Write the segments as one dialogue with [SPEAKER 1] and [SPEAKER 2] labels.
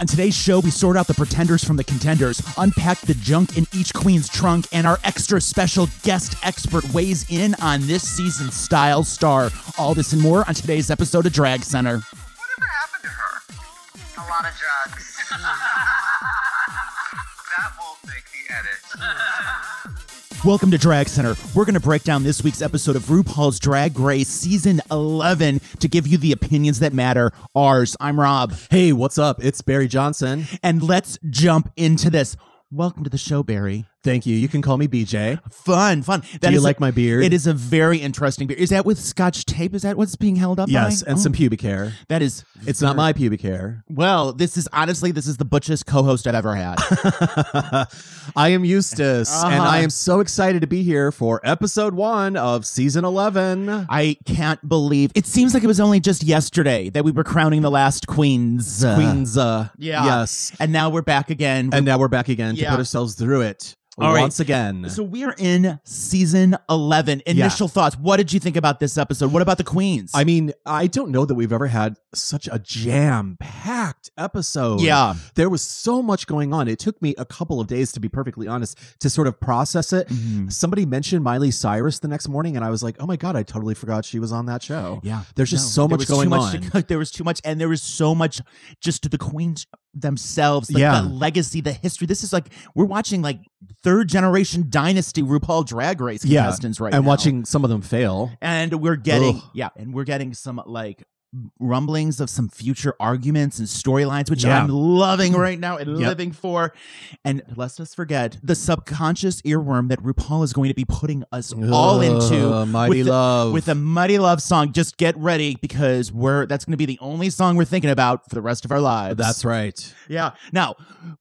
[SPEAKER 1] On today's show, we sort out the pretenders from the contenders, unpack the junk in each queen's trunk, and our extra special guest expert weighs in on this season's style star. All this and more on today's episode of Drag Center.
[SPEAKER 2] Whatever happened to her?
[SPEAKER 3] A lot of drugs.
[SPEAKER 2] That won't make the edit.
[SPEAKER 1] Welcome to Drag Center. We're going to break down this week's episode of RuPaul's Drag Race Season 11 to give you the opinions that matter. Ours. I'm Rob.
[SPEAKER 4] Hey, what's up? It's Barry Johnson.
[SPEAKER 1] And let's jump into this. Welcome to the show, Barry.
[SPEAKER 4] Thank you. You can call me BJ.
[SPEAKER 1] Fun, fun. That
[SPEAKER 4] Do you
[SPEAKER 1] is a-
[SPEAKER 4] like my beard?
[SPEAKER 1] It is a very interesting beard. Is that with scotch tape? Is that what's being held up
[SPEAKER 4] Yes,
[SPEAKER 1] by?
[SPEAKER 4] and
[SPEAKER 1] Oh,
[SPEAKER 4] some pubic hair.
[SPEAKER 1] That is.
[SPEAKER 4] It's not my pubic hair.
[SPEAKER 1] Well, this is honestly, this is the butchest co host I've ever had.
[SPEAKER 4] I am Eustace, and
[SPEAKER 1] Uh-huh.
[SPEAKER 4] I am so excited to be here for episode one of season 11.
[SPEAKER 1] I can't believe it seems like it was only just yesterday that we were crowning the last queens. Uh,
[SPEAKER 4] Queens, uh,
[SPEAKER 1] yeah.
[SPEAKER 4] yes.
[SPEAKER 1] And now we're back again.
[SPEAKER 4] And now we're back again
[SPEAKER 1] Yeah.
[SPEAKER 4] to put ourselves through it
[SPEAKER 1] All right.
[SPEAKER 4] once again.
[SPEAKER 1] So we are in season 11. Initial thoughts. What did you think about this episode? What about the queens?
[SPEAKER 4] I mean, I don't know that we've ever had such a jam packed episode.
[SPEAKER 1] yeah.
[SPEAKER 4] There was so much going on. It took me a couple of days, to be perfectly honest, to sort of process it.
[SPEAKER 1] Mm-hmm.
[SPEAKER 4] Somebody mentioned Miley Cyrus the next morning, and I was like, oh my God, I totally forgot she was on that show.
[SPEAKER 1] Yeah.
[SPEAKER 4] There's just
[SPEAKER 1] No, there
[SPEAKER 4] so
[SPEAKER 1] was
[SPEAKER 4] much going
[SPEAKER 1] too much
[SPEAKER 4] on.
[SPEAKER 1] to cook. there was too much, and there was so much just to the queens themselves. Like
[SPEAKER 4] Yeah.
[SPEAKER 1] the legacy, the history. This is like we're watching like third generation dynasty RuPaul Drag Race
[SPEAKER 4] Yeah.
[SPEAKER 1] contestants right
[SPEAKER 4] and
[SPEAKER 1] now.
[SPEAKER 4] watching some of them fail.
[SPEAKER 1] and we're getting
[SPEAKER 4] Ugh.
[SPEAKER 1] yeah, and we're getting some like rumblings of some future arguments and storylines, which
[SPEAKER 4] Yeah. Mm.
[SPEAKER 1] I'm loving right now and
[SPEAKER 4] Yep.
[SPEAKER 1] living for. And let's us forget the subconscious earworm that RuPaul is going to be putting us all into.
[SPEAKER 4] Ugh, mighty
[SPEAKER 1] with the-
[SPEAKER 4] love.
[SPEAKER 1] With a mighty love song, just get ready because we're that's going to be the only song we're thinking about for the rest of our lives.
[SPEAKER 4] That's right.
[SPEAKER 1] yeah. Now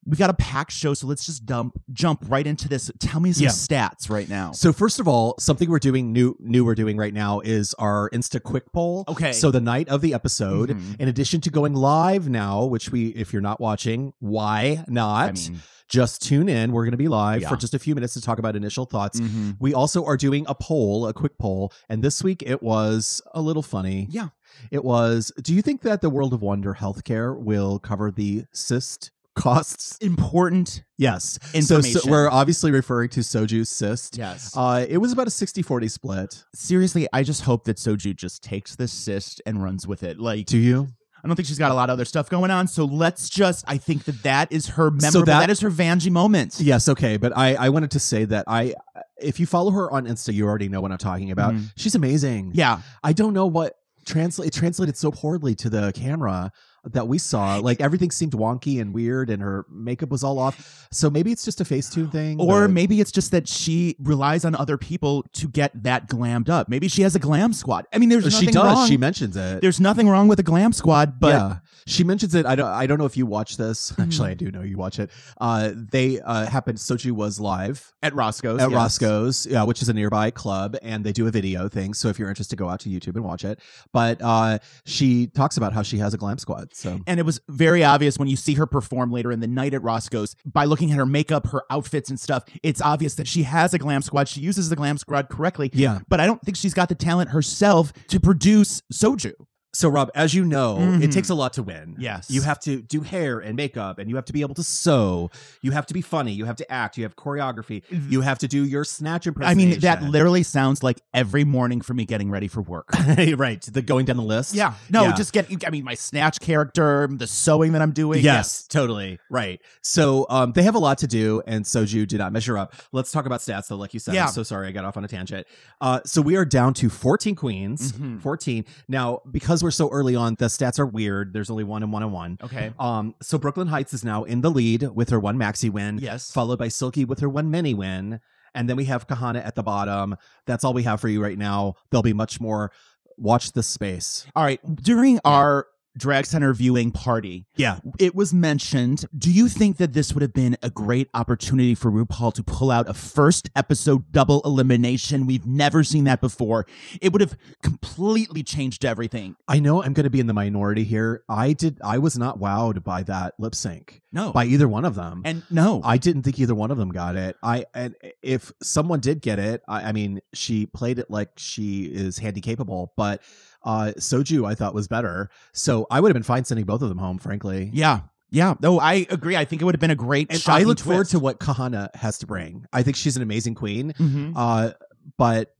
[SPEAKER 1] we got a packed show, so let's just dump jump right into this. Tell me some
[SPEAKER 4] Yeah.
[SPEAKER 1] stats right now.
[SPEAKER 4] So first of all, something we're doing new new we're doing right now is our Insta quick poll.
[SPEAKER 1] Okay.
[SPEAKER 4] So the night of the episode,
[SPEAKER 1] Mhm.
[SPEAKER 4] in addition to going live now, which we if you're not watching, why not?
[SPEAKER 1] I mean,
[SPEAKER 4] just tune in. We're going to be live
[SPEAKER 1] Yeah.
[SPEAKER 4] for just a few minutes to talk about initial thoughts. We also are doing a poll, a quick poll, and this week it was a little funny.
[SPEAKER 1] Yeah.
[SPEAKER 4] It was, do you think that the World of Wonder healthcare will cover the cyst costs?
[SPEAKER 1] important
[SPEAKER 4] Yes. So- So,
[SPEAKER 1] information.
[SPEAKER 4] we're obviously referring to Soju cyst.
[SPEAKER 1] Yes.
[SPEAKER 4] Uh, it was about a 60-40 split.
[SPEAKER 1] Seriously, I just hope that Soju just takes this cyst and runs with it. Like,
[SPEAKER 4] Do you?
[SPEAKER 1] I don't think she's got a lot of other stuff going on. So let's just, I think that that is her memorable,
[SPEAKER 4] that-
[SPEAKER 1] that is her Vanjie moment.
[SPEAKER 4] Yes, okay, but I, I wanted to say that I if you follow her on Insta, you already know what I'm talking about.
[SPEAKER 1] Mhm.
[SPEAKER 4] She's amazing.
[SPEAKER 1] Yeah.
[SPEAKER 4] I don't know what translate it translated so poorly to the camera that we saw. Like everything seemed wonky and weird, and her makeup was all off. So maybe it's just a Facetune thing,
[SPEAKER 1] Or
[SPEAKER 4] but-
[SPEAKER 1] maybe it's just that she relies on other people to get that glammed up. Maybe she has a glam squad. I mean, there's nothing
[SPEAKER 4] Uh, she does.
[SPEAKER 1] wrong.
[SPEAKER 4] She mentions it.
[SPEAKER 1] there's nothing wrong with a glam squad, but Mm-hmm.
[SPEAKER 4] yeah, she mentions it. I don't. I don't know if you watch this. Actually, I do know you watch it. Uh, they uh, happened. Sochi was live
[SPEAKER 1] at Roscoe's.
[SPEAKER 4] at
[SPEAKER 1] yes.
[SPEAKER 4] Roscoe's, yeah, which is a nearby club, and they do a video thing. So if you're interested, go out to YouTube and watch it. But uh, she talks about how she has a glam squad. So
[SPEAKER 1] And it was very obvious when you see her perform later in the night at Roscoe's by looking at her makeup, her outfits, and stuff. It's obvious that she has a glam squad. She uses the glam squad correctly.
[SPEAKER 4] yeah.
[SPEAKER 1] but I don't think she's got the talent herself to produce soju.
[SPEAKER 4] So, Rob, as you know,
[SPEAKER 1] Mhm.
[SPEAKER 4] it takes a lot to win.
[SPEAKER 1] Yes.
[SPEAKER 4] You have to do hair and makeup, and you have to be able to sew. You have to be funny. You have to act. You have choreography. You have to do your snatch
[SPEAKER 1] I
[SPEAKER 4] impersonation.
[SPEAKER 1] mean, that literally sounds like every morning for me getting ready for work.
[SPEAKER 4] right. The going down the list.
[SPEAKER 1] No,
[SPEAKER 4] Yeah.
[SPEAKER 1] just get, I mean, my snatch character, the sewing that I'm doing.
[SPEAKER 4] Yes, totally. Right. So um, they have a lot to do, and Soju did not measure up. Let's talk about stats, though, like you said.
[SPEAKER 1] Yeah.
[SPEAKER 4] I'm so sorry I got off on a tangent. Uh, so we are down to 14 queens.
[SPEAKER 1] Mhm.
[SPEAKER 4] 14. Now, because we're so early on, the stats are weird. There's only one and one and one.
[SPEAKER 1] Okay.
[SPEAKER 4] Um, so Brooklyn Heights is now in the lead with her one maxi win,
[SPEAKER 1] Yes.
[SPEAKER 4] followed by Silky with her one mini win, and then we have Kahana at the bottom. That's all we have for you right now. There'll be much more. Watch this space.
[SPEAKER 1] All right. During our drag center viewing party,
[SPEAKER 4] Yeah,
[SPEAKER 1] it was mentioned. Do you think that this would have been a great opportunity for RuPaul to pull out a first episode double elimination? We've never seen that before. It would have completely changed everything.
[SPEAKER 4] I know I'm going to be in the minority here. I did. I was not wowed by that lip sync
[SPEAKER 1] No.
[SPEAKER 4] by either one of them.
[SPEAKER 1] and no.
[SPEAKER 4] I didn't think either one of them got it. I and if someone did get it, I, I mean, she played it like she is handy capable, but uh Soju I thought was better. So I would have been fine sending both of them home, frankly.
[SPEAKER 1] Yeah. Yeah. No, I agree. I think it would have been a great.
[SPEAKER 5] And I
[SPEAKER 1] shocking
[SPEAKER 5] look forward
[SPEAKER 1] twist.
[SPEAKER 5] to what Kahana has to bring. I think she's an amazing queen.
[SPEAKER 1] Mhm.
[SPEAKER 5] Uh, but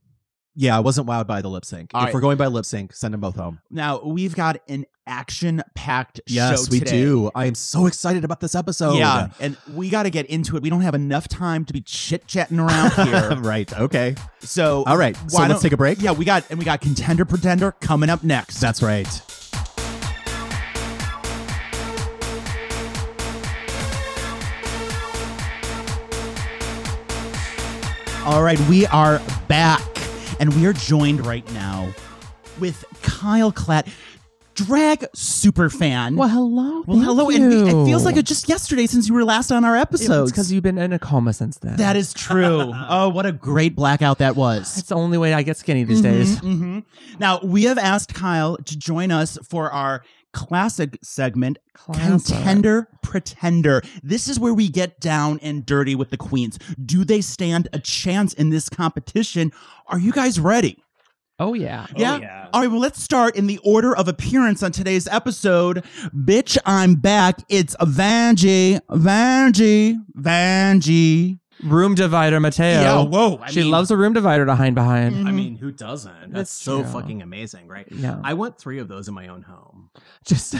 [SPEAKER 5] yeah, I wasn't wowed by the lip sync.
[SPEAKER 1] All
[SPEAKER 5] if
[SPEAKER 1] right.
[SPEAKER 5] we're going by lip sync, send them both home.
[SPEAKER 1] Now we've got an action-packed
[SPEAKER 5] Yes,
[SPEAKER 1] show
[SPEAKER 5] we
[SPEAKER 1] today.
[SPEAKER 5] do. I am so excited about this episode.
[SPEAKER 1] Yeah, and we got to get into it. We don't have enough time to be chit-chatting around here.
[SPEAKER 5] right. Okay.
[SPEAKER 1] so,
[SPEAKER 5] All right. so
[SPEAKER 1] why
[SPEAKER 5] let's
[SPEAKER 1] don't-
[SPEAKER 5] take a break.
[SPEAKER 1] Yeah, we got and we got contender pretender coming up next.
[SPEAKER 5] That's right.
[SPEAKER 1] All right, we are back, and we are joined right now with Kyle Klatt, drag superfan.
[SPEAKER 6] Well, hello.
[SPEAKER 1] Well,
[SPEAKER 6] thank
[SPEAKER 1] hello,
[SPEAKER 6] You.
[SPEAKER 1] and it feels like it just yesterday since you were last on our episodes.
[SPEAKER 6] because you've been in a coma since then.
[SPEAKER 1] that is true. oh, what a great blackout that was.
[SPEAKER 6] It's the only way I get skinny these days.
[SPEAKER 1] Mhm, mhm. Now, we have asked Kyle to join us for our classic segment,
[SPEAKER 6] Classic.
[SPEAKER 1] Contender Pretender. This is where we get down and dirty with the queens. Do they stand a chance in this competition? Are you guys ready?
[SPEAKER 6] Oh yeah.
[SPEAKER 1] yeah? All right, well, let's start in the order of appearance on today's episode. Bitch, I'm back. It's Vanjie, Vanjie, Vanjie.
[SPEAKER 6] Room divider, Mateo.
[SPEAKER 1] Yeah, whoa. I
[SPEAKER 6] she
[SPEAKER 1] mean-
[SPEAKER 6] loves a room divider to hide behind.
[SPEAKER 1] Mhm.
[SPEAKER 4] I mean, who doesn't?
[SPEAKER 6] Mm-hmm.
[SPEAKER 4] That's
[SPEAKER 6] That's
[SPEAKER 4] so
[SPEAKER 6] true.
[SPEAKER 4] fucking amazing, right?
[SPEAKER 6] Yeah.
[SPEAKER 4] I want three of those in my own home.
[SPEAKER 6] Just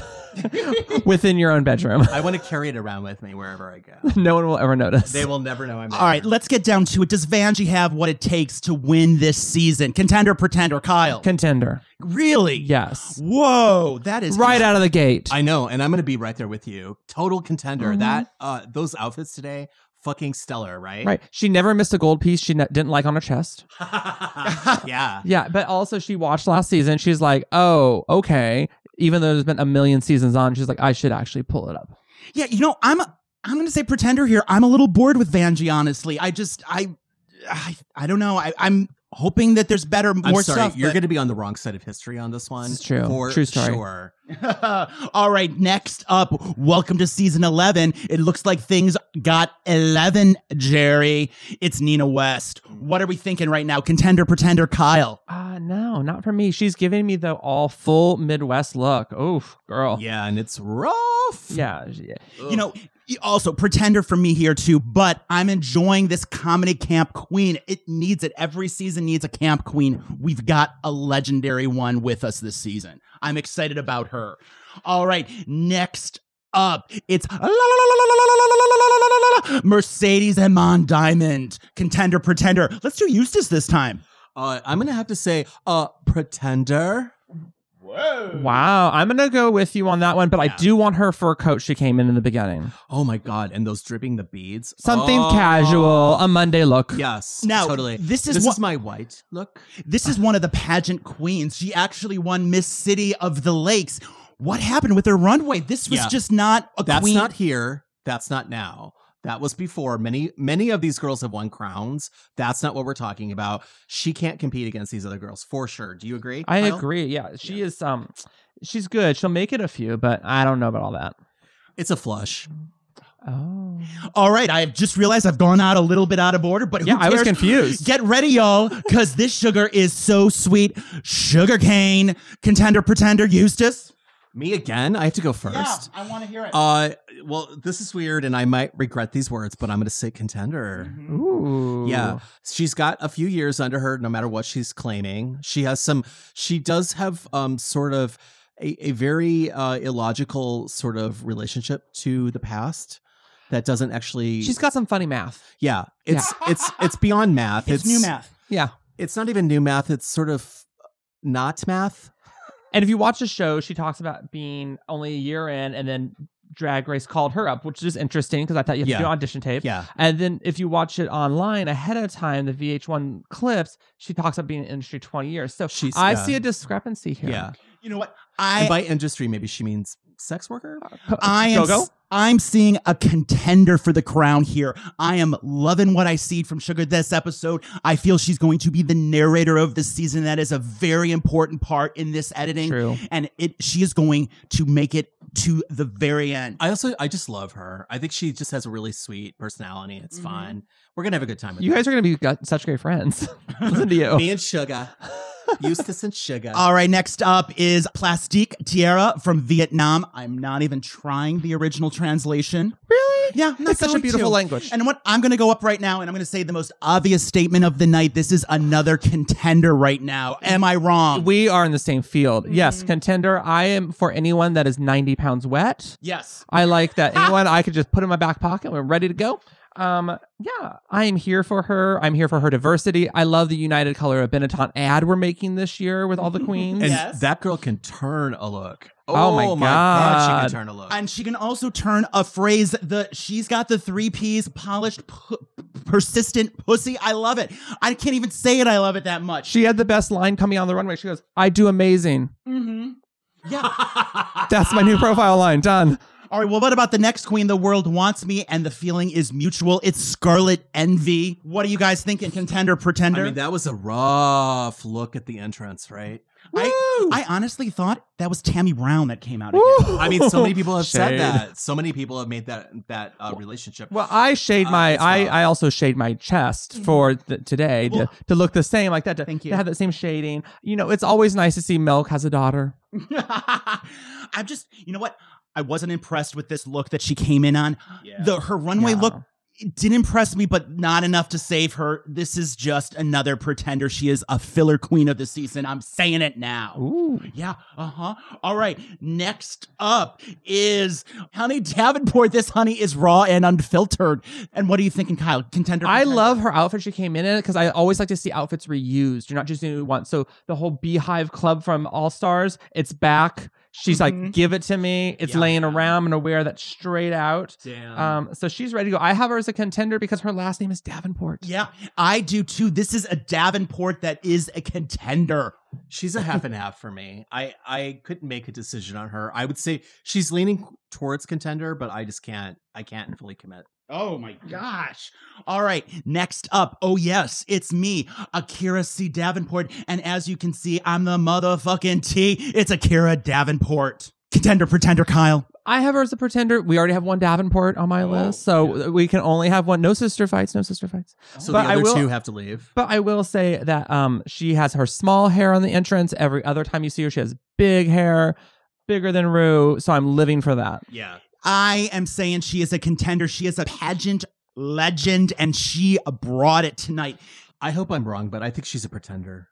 [SPEAKER 6] within your own bedroom.
[SPEAKER 4] I want to carry it around with me wherever I go.
[SPEAKER 6] no one will ever notice.
[SPEAKER 4] They will never know I'm.
[SPEAKER 1] All right, let's get down to it. Does Vanjie have what it takes to win this season? Contender, pretender, Kyle.
[SPEAKER 6] Contender.
[SPEAKER 1] really?
[SPEAKER 6] Yes.
[SPEAKER 1] Whoa, that is
[SPEAKER 6] Right out of the gate.
[SPEAKER 4] I know, and I'm gonna be right there with you. Total contender.
[SPEAKER 6] Mm-hmm.
[SPEAKER 4] That uh, those outfits today, fucking stellar, right?
[SPEAKER 6] right. She never missed a gold piece she ne- didn't like on her chest.
[SPEAKER 4] yeah.
[SPEAKER 6] Yeah, but also she watched last season. She's like, oh, okay. Even though there's been a million seasons on, she's like, I should actually pull it up.
[SPEAKER 1] Yeah, you know, I'm I'm going to say pretender here. I'm a little bored with Vanjie, honestly. I just I I, I don't know. I, I'm hoping that there's better, more
[SPEAKER 4] I'm sorry,
[SPEAKER 1] stuff.
[SPEAKER 4] you're
[SPEAKER 1] but-
[SPEAKER 4] gonna be on the wrong side of history on this one.
[SPEAKER 6] This is true.
[SPEAKER 4] For
[SPEAKER 6] True story.
[SPEAKER 4] Sure.
[SPEAKER 1] All right, next up, welcome to season 11. It looks like things got 11, Jerry. It's Nina West. What are we thinking right now? Contender, pretender, Kyle.
[SPEAKER 6] Uh no, not for me. She's giving me the all full Midwest look. Oof, girl.
[SPEAKER 4] Yeah, and it's rough.
[SPEAKER 6] Oh. Yeah. she-
[SPEAKER 1] You know, y- also pretender for me here too, but I'm enjoying this comedy camp queen. It needs it. Every season needs a camp queen. We've got a legendary one with us this season. I'm excited about her. All right, next up, it's la, la, la, la, la, la, la, la, la, la, la, la, la, Mercedes and Mon Diamond. Contender, pretender. Let's do Eustace this time.
[SPEAKER 4] Uh, I'm gonna have to say, uh, pretender.
[SPEAKER 6] Wow. I'm gonna go with you on that one, but I
[SPEAKER 4] Yeah.
[SPEAKER 6] do want her fur coat she came in in the beginning.
[SPEAKER 4] Oh my god, and those dripping the beads.
[SPEAKER 6] Something
[SPEAKER 4] Oh.
[SPEAKER 6] casual, a Monday look.
[SPEAKER 4] Yes.
[SPEAKER 1] Now,
[SPEAKER 4] totally.
[SPEAKER 1] this is
[SPEAKER 4] this
[SPEAKER 1] what-
[SPEAKER 4] is my white look.
[SPEAKER 1] This is one of the pageant queens. She actually won Miss City of the Lakes. What happened with her runway? This was
[SPEAKER 4] Yeah.
[SPEAKER 1] just not a
[SPEAKER 4] That's
[SPEAKER 1] queen.
[SPEAKER 4] not here. That's not now. That was before. Many many of these girls have won crowns. That's not what we're talking about. She can't compete against these other girls for sure. Do you agree?
[SPEAKER 6] I
[SPEAKER 4] Kyle?
[SPEAKER 6] agree. Yeah. She is um she's good. She'll make it a few, but I don't know about all that.
[SPEAKER 4] It's a flush.
[SPEAKER 6] Oh.
[SPEAKER 1] All right, I've just realized I've gone out a little bit out of order, but who
[SPEAKER 6] Yeah, I was
[SPEAKER 1] cares?
[SPEAKER 6] confused.
[SPEAKER 1] Get ready, y'all, because this sugar is so sweet. Sugar cane, contender, pretender, Eustace. Oh,
[SPEAKER 4] Me again? I have to go first.
[SPEAKER 1] I want to hear it.
[SPEAKER 4] Uh well, this is weird and I might regret these words, but I'm gonna say contender.
[SPEAKER 6] Ooh.
[SPEAKER 4] Yeah. She's got a few years under her, no matter what she's claiming. She has some, she does have um sort of a, a very uh, illogical sort of relationship to the past that doesn't actually
[SPEAKER 6] She's got some funny math.
[SPEAKER 4] yeah it's it's it's beyond math
[SPEAKER 1] it's, new math.
[SPEAKER 6] Yeah.
[SPEAKER 4] it's not even new math it's sort of not math
[SPEAKER 6] And if you watch the show, she talks about being only a year in, and then Drag Race called her up, which is interesting because I thought you have
[SPEAKER 4] Yeah.
[SPEAKER 6] to do audition tape.
[SPEAKER 4] yeah
[SPEAKER 6] And then if you watch it online ahead of time, the VH1 clips, she talks about being in the industry 20 years. So
[SPEAKER 4] She's-
[SPEAKER 6] I
[SPEAKER 4] yeah.
[SPEAKER 6] see a discrepancy here.
[SPEAKER 4] yeah
[SPEAKER 1] You know what?
[SPEAKER 4] and
[SPEAKER 1] I
[SPEAKER 4] by industry maybe she means sex worker
[SPEAKER 6] Uh, Um,
[SPEAKER 1] I am
[SPEAKER 6] Go-go?
[SPEAKER 1] I'm seeing a contender for the crown here. I am loving what I see from Sugar this episode. I feel she's going to be the narrator of this season. That is a very important part in this editing.
[SPEAKER 6] True.
[SPEAKER 1] And it she is going to make it to the very end.
[SPEAKER 4] i also i just love her i think she just has a really sweet personality it's
[SPEAKER 1] Mhm.
[SPEAKER 4] fun we're gonna have a good time with
[SPEAKER 6] You oh.
[SPEAKER 4] her.
[SPEAKER 6] guys are going to be got such great friends. Listen to you.
[SPEAKER 4] me and sugar Eustace and Sugar.
[SPEAKER 1] All right, next up is Plastique Tierra from Vietnam. I'm not even trying the original translation. Really? Yeah, I'm not
[SPEAKER 6] It's such a
[SPEAKER 1] going
[SPEAKER 6] beautiful
[SPEAKER 1] to.
[SPEAKER 6] language.
[SPEAKER 1] And what I'm going to go up right now and I'm going to say the most obvious statement of the night. This is another contender right now. Am I wrong?
[SPEAKER 6] We are in the same field. Yes, contender. I am for anyone that is 90 pounds wet.
[SPEAKER 1] yes.
[SPEAKER 6] I like that. Anyone I could just put in my back pocket. We're ready to go. Um, yeah, I am here for her. I'm here for her diversity. I love the United Color of Benetton ad we're making this year with all the queens.
[SPEAKER 4] and
[SPEAKER 1] Yes.
[SPEAKER 4] that girl can turn a look.
[SPEAKER 6] Oh my God.
[SPEAKER 4] she can turn a look.
[SPEAKER 1] And she can also turn a phrase. The she's got the three P's: polished, pu- persistent, pussy. I love it. I can't even say it. I love it that much.
[SPEAKER 6] she had the best line coming on the runway. She goes, "I do amazing."
[SPEAKER 1] Mm-hmm. yeah.
[SPEAKER 6] That's my new profile line. Done.
[SPEAKER 1] All right. Well, what about the next queen? The world wants me, and the feeling is mutual. It's Scarlet Envy. What are you guys thinking? Contender, pretender?
[SPEAKER 4] I mean, that was a rough look at the entrance, right?
[SPEAKER 1] I, I honestly thought that was Tammy Brown that came out. Again.
[SPEAKER 6] Woo!
[SPEAKER 4] I mean, so many people have
[SPEAKER 6] Shade.
[SPEAKER 4] said that. So many people have made that that uh, relationship.
[SPEAKER 6] Well, I shade
[SPEAKER 4] Uh,
[SPEAKER 6] my
[SPEAKER 4] it's
[SPEAKER 6] I,
[SPEAKER 4] rough.
[SPEAKER 6] I also shade my chest for th- today to,
[SPEAKER 1] Well-
[SPEAKER 6] to look the same like that. To,
[SPEAKER 1] Mm-hmm. Thank you.
[SPEAKER 6] To have that same shading. You know, it's always nice to see Milk has a daughter.
[SPEAKER 1] I'm just, you know what? I wasn't impressed with this look that she came in on.
[SPEAKER 4] Yeah.
[SPEAKER 1] The her runway
[SPEAKER 6] Yeah.
[SPEAKER 1] look it did impress me, but not enough to save her. This is just another pretender. She is a filler queen of the season. I'm saying it now.
[SPEAKER 6] Ooh.
[SPEAKER 1] Yeah. Uh huh. All right. Next up is Honey Davenport. This honey is raw and unfiltered. And what are you thinking, Kyle? Contender.
[SPEAKER 6] I
[SPEAKER 1] contender?
[SPEAKER 6] love her outfit she came in in because I always like to see outfits reused. You're not just doing it once. So the whole Beehive Club from All Stars, it's back. She's
[SPEAKER 1] Mhm.
[SPEAKER 6] like, give it to me. It's
[SPEAKER 1] Yeah.
[SPEAKER 6] laying around. I'm gonna wear that straight out.
[SPEAKER 4] Damn.
[SPEAKER 6] Um, so she's ready to go. I have her as a contender because her last name is Davenport.
[SPEAKER 1] Yeah, I do too. This is a Davenport that is a contender.
[SPEAKER 4] she's a half and half for me. I I couldn't make a decision on her. I would say she's leaning towards contender, but I just can't. I can't fully commit.
[SPEAKER 1] Oh my
[SPEAKER 6] Mm.
[SPEAKER 1] gosh. All right. Next up. Oh, yes, it's me, Akira C. Davenport. And as you can see, I'm the motherfucking T. It's Akira Davenport. Contender, pretender, Kyle.
[SPEAKER 6] I have her as a pretender. We already have one Davenport on my list,
[SPEAKER 1] Oh,
[SPEAKER 6] so we can only have one. No sister fights. No sister fights.
[SPEAKER 4] So
[SPEAKER 6] But
[SPEAKER 4] the
[SPEAKER 6] I
[SPEAKER 4] other
[SPEAKER 6] will-
[SPEAKER 4] two have to leave.
[SPEAKER 6] But I will say that um, she has her small hair on the entrance. Every other time you see her, she has big hair, bigger than Rue. So I'm living for that.
[SPEAKER 4] Yeah.
[SPEAKER 1] I am saying she is a contender. She is a pageant legend, and she brought it tonight.
[SPEAKER 4] I hope I'm wrong, but I think she's a pretender.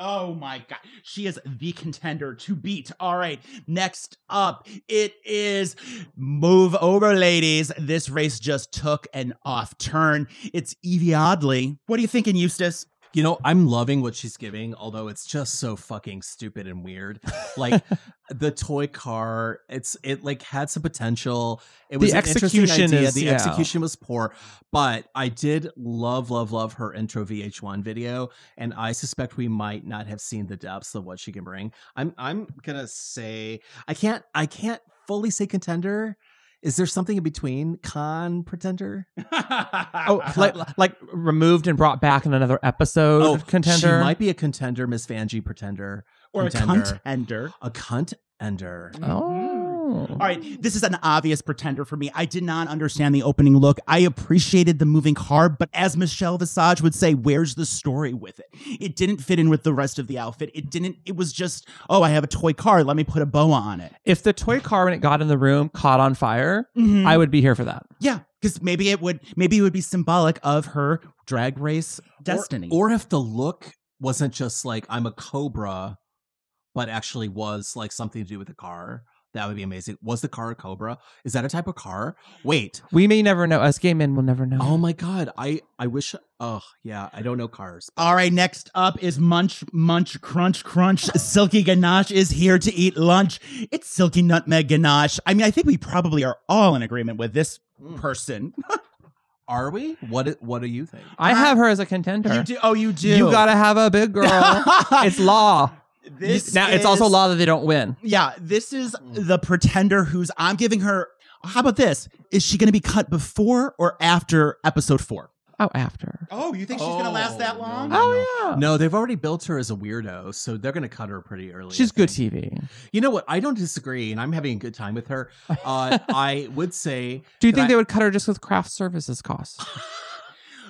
[SPEAKER 1] Oh my god. She is the contender to beat. All right. Next up, it is Move Over Ladies. This race just took an off turn. It's Evie Oddly. What are you thinking, Eustace?
[SPEAKER 4] You know, I'm loving what she's giving, although it's just so fucking stupid and weird. Like the toy car, it's it like had some potential. It was an interesting
[SPEAKER 6] execution
[SPEAKER 4] idea.
[SPEAKER 6] is-
[SPEAKER 4] the
[SPEAKER 6] yeah.
[SPEAKER 4] execution was poor, but I did love, love, love her intro VH1 video, and I suspect we might not have seen the depths of what she can bring. I'm I'm gonna say I can't I can't fully say contender. Is there something in between con pretender?
[SPEAKER 6] Oh, like, like removed and brought back in another episode. of contender.
[SPEAKER 4] Oh, She might be a contender, Miss Vanjie pretender.
[SPEAKER 1] Or a
[SPEAKER 4] Contender.
[SPEAKER 1] contender.
[SPEAKER 4] A cunt ender.
[SPEAKER 6] Oh.
[SPEAKER 1] All right, this is an obvious pretender for me. I did not understand the opening look. I appreciated the moving car, but as Michelle Visage would say, where's the story with it? It didn't fit in with the rest of the outfit. It didn't, it was just, oh, I have a toy car. Let me put a boa on it.
[SPEAKER 6] If the toy car when it got in the room caught on fire,
[SPEAKER 4] Mm-hmm.
[SPEAKER 1] Mhm.
[SPEAKER 6] I would be here for that.
[SPEAKER 1] Yeah, because maybe it would maybe it would be symbolic of her drag race destiny.
[SPEAKER 4] Or, or if the look wasn't just like I'm a cobra, but actually was like something to do with a car. That would be amazing. Was the car a cobra? Is that a type of car? Wait.
[SPEAKER 6] We may never know. Us gay men will never know.
[SPEAKER 4] Oh my god. I I wish. Oh yeah. I don't know cars.
[SPEAKER 1] all right, next up is Munch, Munch, Crunch, Crunch. Silky Ganache is here to eat lunch. It's Silky Nutmeg Ganache. I mean, I think we probably are all in agreement with this
[SPEAKER 4] Mm.
[SPEAKER 1] person.
[SPEAKER 4] Are we? What i- What do you think?
[SPEAKER 6] I have her as a contender.
[SPEAKER 1] You do, oh, you do.
[SPEAKER 6] You gotta have a big girl. it's law.
[SPEAKER 1] this
[SPEAKER 6] now it's
[SPEAKER 1] is-
[SPEAKER 6] also law Hmm. that they don't win.
[SPEAKER 1] Yeah, this is the pretender who's. I'm giving her. How about this? Is she going to be cut before or after episode four?
[SPEAKER 6] Oh, after.
[SPEAKER 1] Oh, you think
[SPEAKER 4] Oh, no, no,
[SPEAKER 6] Oh yeah.
[SPEAKER 4] No, they've already built her as a weirdo, so they're gonna cut her pretty early.
[SPEAKER 6] She's
[SPEAKER 4] I
[SPEAKER 6] good
[SPEAKER 4] think.
[SPEAKER 6] TV.
[SPEAKER 4] You know what? I don't disagree, and I'm having a good time with her. Uh, I would say
[SPEAKER 6] Do you
[SPEAKER 4] Can
[SPEAKER 6] think
[SPEAKER 4] I-
[SPEAKER 6] they would cut her just with craft services costs?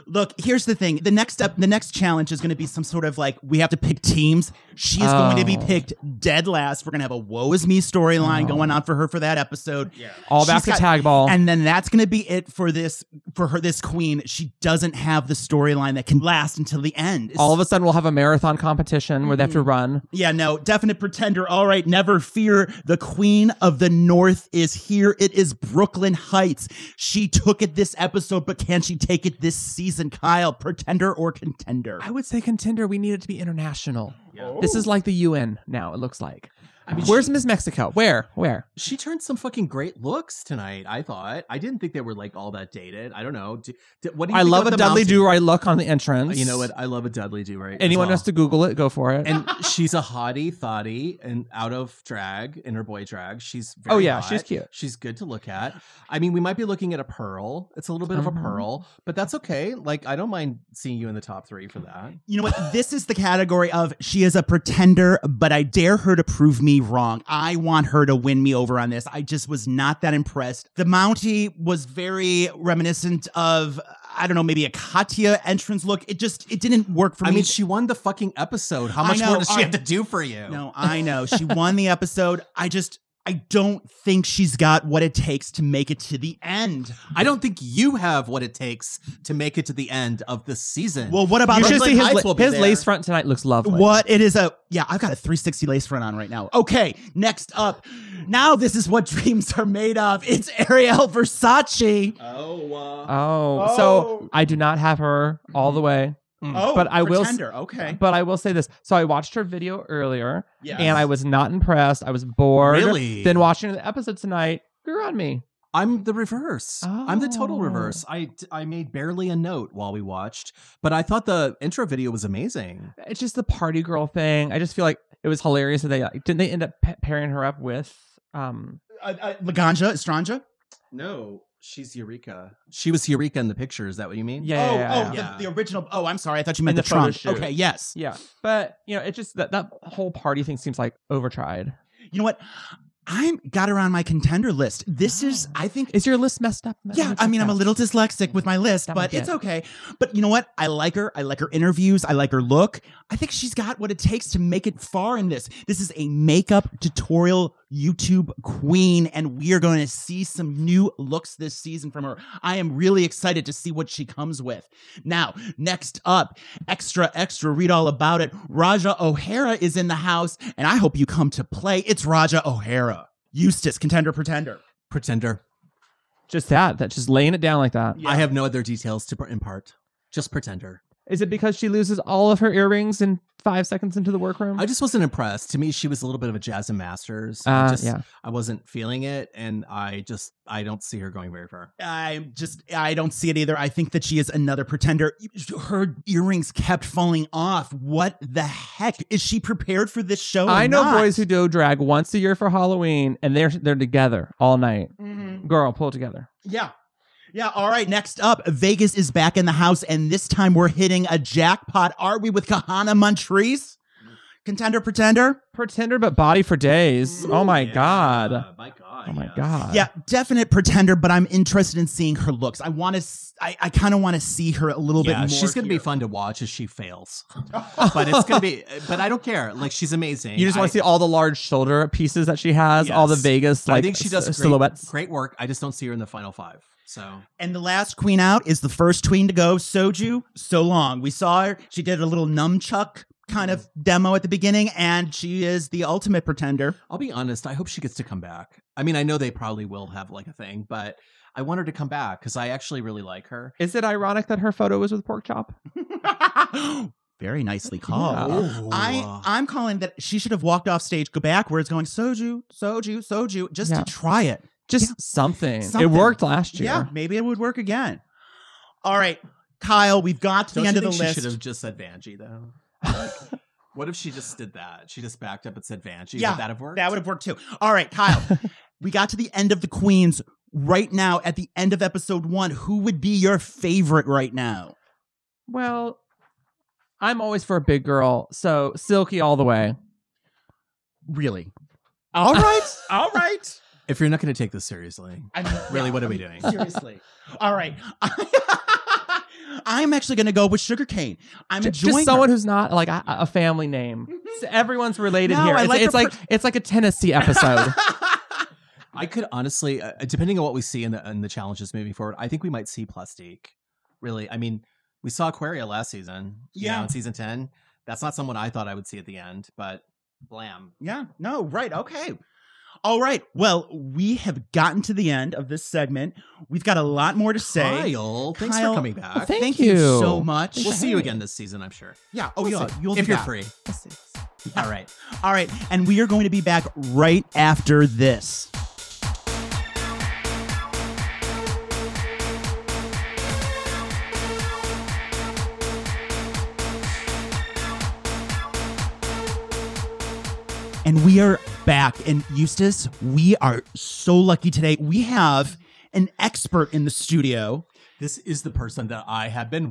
[SPEAKER 1] Look, here's the thing. The next step, the next challenge is going to be some sort of like we have to pick teams. She is going to be
[SPEAKER 6] Oh.
[SPEAKER 1] picked dead last. We're going to have a woe is me storyline going on for her for that episode. Yeah.
[SPEAKER 6] All back to tag ball.
[SPEAKER 1] And then that's going to be it for this for her this queen. She doesn't have the storyline that can last until the end.
[SPEAKER 6] all of a sudden, we'll have a marathon competition where they have to run.
[SPEAKER 1] Yeah, no, definite pretender. All right, never fear. The queen of the north is here. It is Brooklyn Heights. She took it this episode, but can she take it this season, Kyle? Pretender or contender?
[SPEAKER 6] I would say contender. We need it to be international. This
[SPEAKER 4] Oh.
[SPEAKER 6] is like the UN now. It looks like. Where's Miss Mexico? Where? Where?
[SPEAKER 4] She turned some fucking great looks tonight. I thought. I didn't think they were like all that dated. I don't know. Do, do- what do you
[SPEAKER 6] I
[SPEAKER 4] think
[SPEAKER 6] love a
[SPEAKER 4] about the
[SPEAKER 6] Dudley
[SPEAKER 4] mountain- Uh,
[SPEAKER 6] Do Right look on the entrance.
[SPEAKER 4] You know what? I love a Dudley do right. as
[SPEAKER 6] Anyone
[SPEAKER 4] well.
[SPEAKER 6] has to Google it. Go for it.
[SPEAKER 4] And she's a hottie, thotty, and out of drag in her boy drag. She's very
[SPEAKER 6] Oh, yeah,
[SPEAKER 4] hot.
[SPEAKER 6] she's cute.
[SPEAKER 4] She's good to look at. I mean, we might be looking at a pearl. It's a little bit of a
[SPEAKER 6] Mhm.
[SPEAKER 4] pearl, but that's okay. Like I don't mind seeing you in the top three for that.
[SPEAKER 1] You know what? This is the category of she is a pretender, but I dare her to prove me wrong. I want her to win me over on this. I just was not that impressed. The Mountie was very reminiscent of, I don't know, maybe a Katya entrance look. It just it didn't work for
[SPEAKER 4] I
[SPEAKER 1] me.
[SPEAKER 4] mean, she won the fucking episode. How
[SPEAKER 1] I
[SPEAKER 4] much
[SPEAKER 1] know,
[SPEAKER 4] more does
[SPEAKER 1] I-
[SPEAKER 4] she have to do for you?
[SPEAKER 1] No, I know. She won the episode. I just I don't think she's got what it takes to make it to the end.
[SPEAKER 4] I don't think you have what it takes to make it to the end of this season.
[SPEAKER 1] Well, what about
[SPEAKER 6] you should
[SPEAKER 4] Brooklyn
[SPEAKER 6] see his,
[SPEAKER 4] Heights
[SPEAKER 6] la-
[SPEAKER 4] will be
[SPEAKER 6] his
[SPEAKER 4] there.
[SPEAKER 6] lace front tonight. Looks lovely.
[SPEAKER 1] what it is a yeah, I've got a 360 lace front on right now. Okay, next up. Now this is what dreams are made of. It's Ariel Versace.
[SPEAKER 4] oh, Mm. uh,
[SPEAKER 6] Oh,
[SPEAKER 1] Oh.
[SPEAKER 6] so I do not have her all the way,
[SPEAKER 1] oh,
[SPEAKER 6] but I will s-
[SPEAKER 1] pretender. Okay.
[SPEAKER 6] but I will say this. So I watched her video earlier,
[SPEAKER 1] yeah.
[SPEAKER 6] and I was not impressed. I was bored.
[SPEAKER 4] really?
[SPEAKER 6] Then watching the episode tonight grew on me.
[SPEAKER 4] I'm the reverse. I'm the total
[SPEAKER 6] Oh.
[SPEAKER 4] reverse. I I made barely a note while we watched, but I thought the intro video was amazing.
[SPEAKER 6] It's just the party girl thing. I just feel like it was hilarious that they like, didn't they end up pa- pairing her up with um
[SPEAKER 1] uh, uh, Laganja, Estranja?
[SPEAKER 4] No, she's Eureka. She was Eureka in the picture. Is that what you mean?
[SPEAKER 6] yeah
[SPEAKER 1] oh,
[SPEAKER 6] yeah,
[SPEAKER 1] oh,
[SPEAKER 6] yeah,
[SPEAKER 1] the-
[SPEAKER 6] yeah.
[SPEAKER 4] yeah.
[SPEAKER 1] The, original. Oh, I'm sorry. I thought you
[SPEAKER 6] In
[SPEAKER 1] meant
[SPEAKER 6] the
[SPEAKER 1] the, Trump.
[SPEAKER 6] photo shoot.
[SPEAKER 1] Okay, yes.
[SPEAKER 6] Yeah. But you know, it just that that whole party thing seems like overtried.
[SPEAKER 1] You know what? I'm got her on my contender list. This is I think
[SPEAKER 6] Is your list messed up? Let
[SPEAKER 1] Yeah,
[SPEAKER 6] me
[SPEAKER 1] I
[SPEAKER 6] check
[SPEAKER 1] mean, I'm a
[SPEAKER 6] that.
[SPEAKER 1] little dyslexic with my list,
[SPEAKER 6] That
[SPEAKER 1] but
[SPEAKER 6] might
[SPEAKER 1] it's
[SPEAKER 6] be it.
[SPEAKER 1] okay. But you know what? I like her. I like her interviews. I like her look. I think she's got what it takes to make it far in this. This is a makeup tutorial YouTube queen, and we are going to see some new looks this season from her. I am really excited to see what she comes with. Now, next up, extra, extra, read all about it. Raja O'Hara is in the house, and I hope you come to play. It's Raja O'Hara. Eustace, contender, pretender.
[SPEAKER 4] Pretender.
[SPEAKER 6] just that that just laying it down like that. Is
[SPEAKER 4] I have no other details to pr- impart. Just pretender.
[SPEAKER 6] it because she loses all of her earrings in five seconds into the workroom?
[SPEAKER 4] I just wasn't impressed. To me, she was a little bit of a Jasmine Masters. I
[SPEAKER 6] uh,
[SPEAKER 4] just-
[SPEAKER 6] yeah.
[SPEAKER 4] I wasn't feeling it, and I just I don't see her going very far.
[SPEAKER 1] I just I don't see it either. I think that she is another pretender. Her earrings kept falling off. What the heck? Is she prepared for this show? or
[SPEAKER 6] I know
[SPEAKER 1] not?
[SPEAKER 6] boys who do drag once a year for Halloween, and they're they're together all night.
[SPEAKER 1] Mhm.
[SPEAKER 6] Girl, pull together.
[SPEAKER 1] Yeah. Yeah, all right. Next up, Vegas is back in the house, and this time we're hitting a jackpot. Are we with Kahana Montrese? Contender, pretender?
[SPEAKER 6] Pretender, but body for days.
[SPEAKER 1] Mm-hmm.
[SPEAKER 6] Oh my god.
[SPEAKER 4] my god.
[SPEAKER 6] Oh my god.
[SPEAKER 1] Yeah, definite pretender, but I'm interested in seeing her looks. I want to, I, I kind of want to see her a little
[SPEAKER 4] Yeah,
[SPEAKER 1] bit more.
[SPEAKER 4] she's gonna be
[SPEAKER 1] here.
[SPEAKER 4] fun to watch as she fails, but it's gonna be. But I don't care. Like she's amazing.
[SPEAKER 6] You just want
[SPEAKER 4] I-
[SPEAKER 6] to see all the large shoulder pieces that she has, all the
[SPEAKER 4] Yes.
[SPEAKER 6] Vegas
[SPEAKER 4] I
[SPEAKER 6] like
[SPEAKER 4] think she does
[SPEAKER 6] s-
[SPEAKER 4] great,
[SPEAKER 6] silhouettes.
[SPEAKER 4] Great work. I just don't see her in the final five. So
[SPEAKER 1] And the last queen out is the first queen to go, Soju. So long. We saw her. She did a little nunchuck kind of demo at the beginning, and she is the ultimate pretender.
[SPEAKER 4] I'll be honest. I hope she gets to come back. I mean, I know they probably will have like a thing, but I want her to come back because I actually really like her.
[SPEAKER 6] Is it ironic that her photo was with pork chop?
[SPEAKER 1] Very nicely
[SPEAKER 6] Yeah.
[SPEAKER 1] called.
[SPEAKER 4] Uh,
[SPEAKER 1] I I'm calling that she should have walked off stage, go backwards, going Soju, Soju, Soju, just
[SPEAKER 6] Yeah.
[SPEAKER 1] to try it.
[SPEAKER 6] Just
[SPEAKER 1] Yeah.
[SPEAKER 6] something.
[SPEAKER 1] Something.
[SPEAKER 6] It worked last year.
[SPEAKER 1] Yeah, maybe it would work again. All right, Kyle, we've got to
[SPEAKER 4] Don't
[SPEAKER 1] the end
[SPEAKER 4] you
[SPEAKER 1] of the
[SPEAKER 4] think she
[SPEAKER 1] list.
[SPEAKER 4] should have just said Vanjie though. Like, what if she just did that? She just backed up and said Vanjie.
[SPEAKER 1] Yeah,
[SPEAKER 4] would that have worked?
[SPEAKER 1] That would have worked too. All right, Kyle. we got to the end of the Queens right now at the end of episode one. Who would be your favorite right now?
[SPEAKER 6] Well, I'm always for a big girl, so silky all the way.
[SPEAKER 1] Really? All right.
[SPEAKER 4] All right. If you're not going to take this seriously,
[SPEAKER 1] I mean,
[SPEAKER 4] really,
[SPEAKER 1] yeah,
[SPEAKER 4] what are
[SPEAKER 1] I
[SPEAKER 4] we
[SPEAKER 1] mean,
[SPEAKER 4] doing?
[SPEAKER 1] Seriously. All right. I'm actually going to go with sugarcane. I'm
[SPEAKER 6] Ju-
[SPEAKER 1] enjoying
[SPEAKER 6] just someone
[SPEAKER 1] her.
[SPEAKER 6] who's not like a, a family name. So everyone's related
[SPEAKER 1] No,
[SPEAKER 6] here.
[SPEAKER 1] I like
[SPEAKER 6] It's it's
[SPEAKER 1] the per-
[SPEAKER 6] like it's like a Tennessee episode.
[SPEAKER 4] I could honestly, uh, depending on what we see in the in the challenges moving forward, I think we might see Plastique. Really, I mean, we saw Aquaria last season. you know,
[SPEAKER 1] Yeah.
[SPEAKER 4] in season ten, that's not someone I thought I would see at the end, but blam.
[SPEAKER 1] Yeah. No, right. Okay. All right. Well, we have gotten to the end of this segment. We've got a lot more to say.
[SPEAKER 4] Kyle, thanks
[SPEAKER 1] Kyle,
[SPEAKER 4] for coming back.
[SPEAKER 6] thank
[SPEAKER 1] Uh, you.
[SPEAKER 6] you.
[SPEAKER 1] so much.
[SPEAKER 4] we'll see you again this season, I'm sure.
[SPEAKER 1] Yeah. Oh,
[SPEAKER 4] We'll
[SPEAKER 1] yeah.
[SPEAKER 4] see.
[SPEAKER 1] You'll
[SPEAKER 4] if
[SPEAKER 1] be
[SPEAKER 4] you're
[SPEAKER 1] back.
[SPEAKER 4] free. All right.
[SPEAKER 1] All right. And we are going to be back right after this. And we are back. And Eustace, we are so lucky today. We have an expert in the studio.
[SPEAKER 4] This is the person that I have been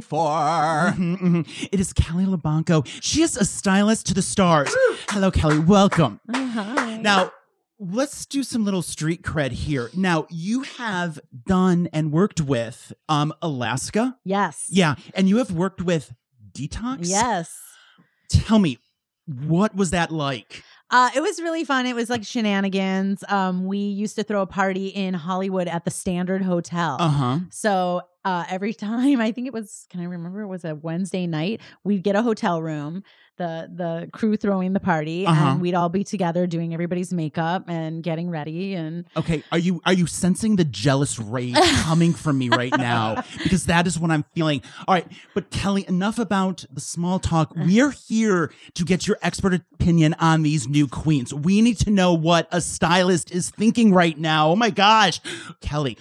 [SPEAKER 4] for.
[SPEAKER 1] Mhm, mhm. It is Kelly LeBanco. She is a stylist to the stars. Hello, Kelly. Welcome.
[SPEAKER 7] Hi.
[SPEAKER 1] Now, let's do some little street cred here. Now, you have done and worked with um Alaska.
[SPEAKER 7] yes.
[SPEAKER 1] Yeah, and you have worked with Detox.
[SPEAKER 7] Yes.
[SPEAKER 1] Tell me, what was that like?
[SPEAKER 7] Uh, it was really fun. It was like shenanigans. Um, we used to throw a party in Hollywood at the Standard Hotel.
[SPEAKER 1] huh.
[SPEAKER 7] So uh, every time, I think it was, can I remember? It was a Wednesday night. We'd get a hotel room, the the crew throwing the party,
[SPEAKER 1] Uh-huh.
[SPEAKER 7] and we'd all be together doing everybody's makeup and getting ready. And
[SPEAKER 1] Okay. Are you are you sensing the jealous rage coming from me right now? Because that is what I'm feeling. All right, but Kelly, enough about the small talk.
[SPEAKER 7] Mm.
[SPEAKER 1] We are here to get your expert opinion on these new queens. We need to know what a stylist is thinking right now. Oh my gosh, Kelly.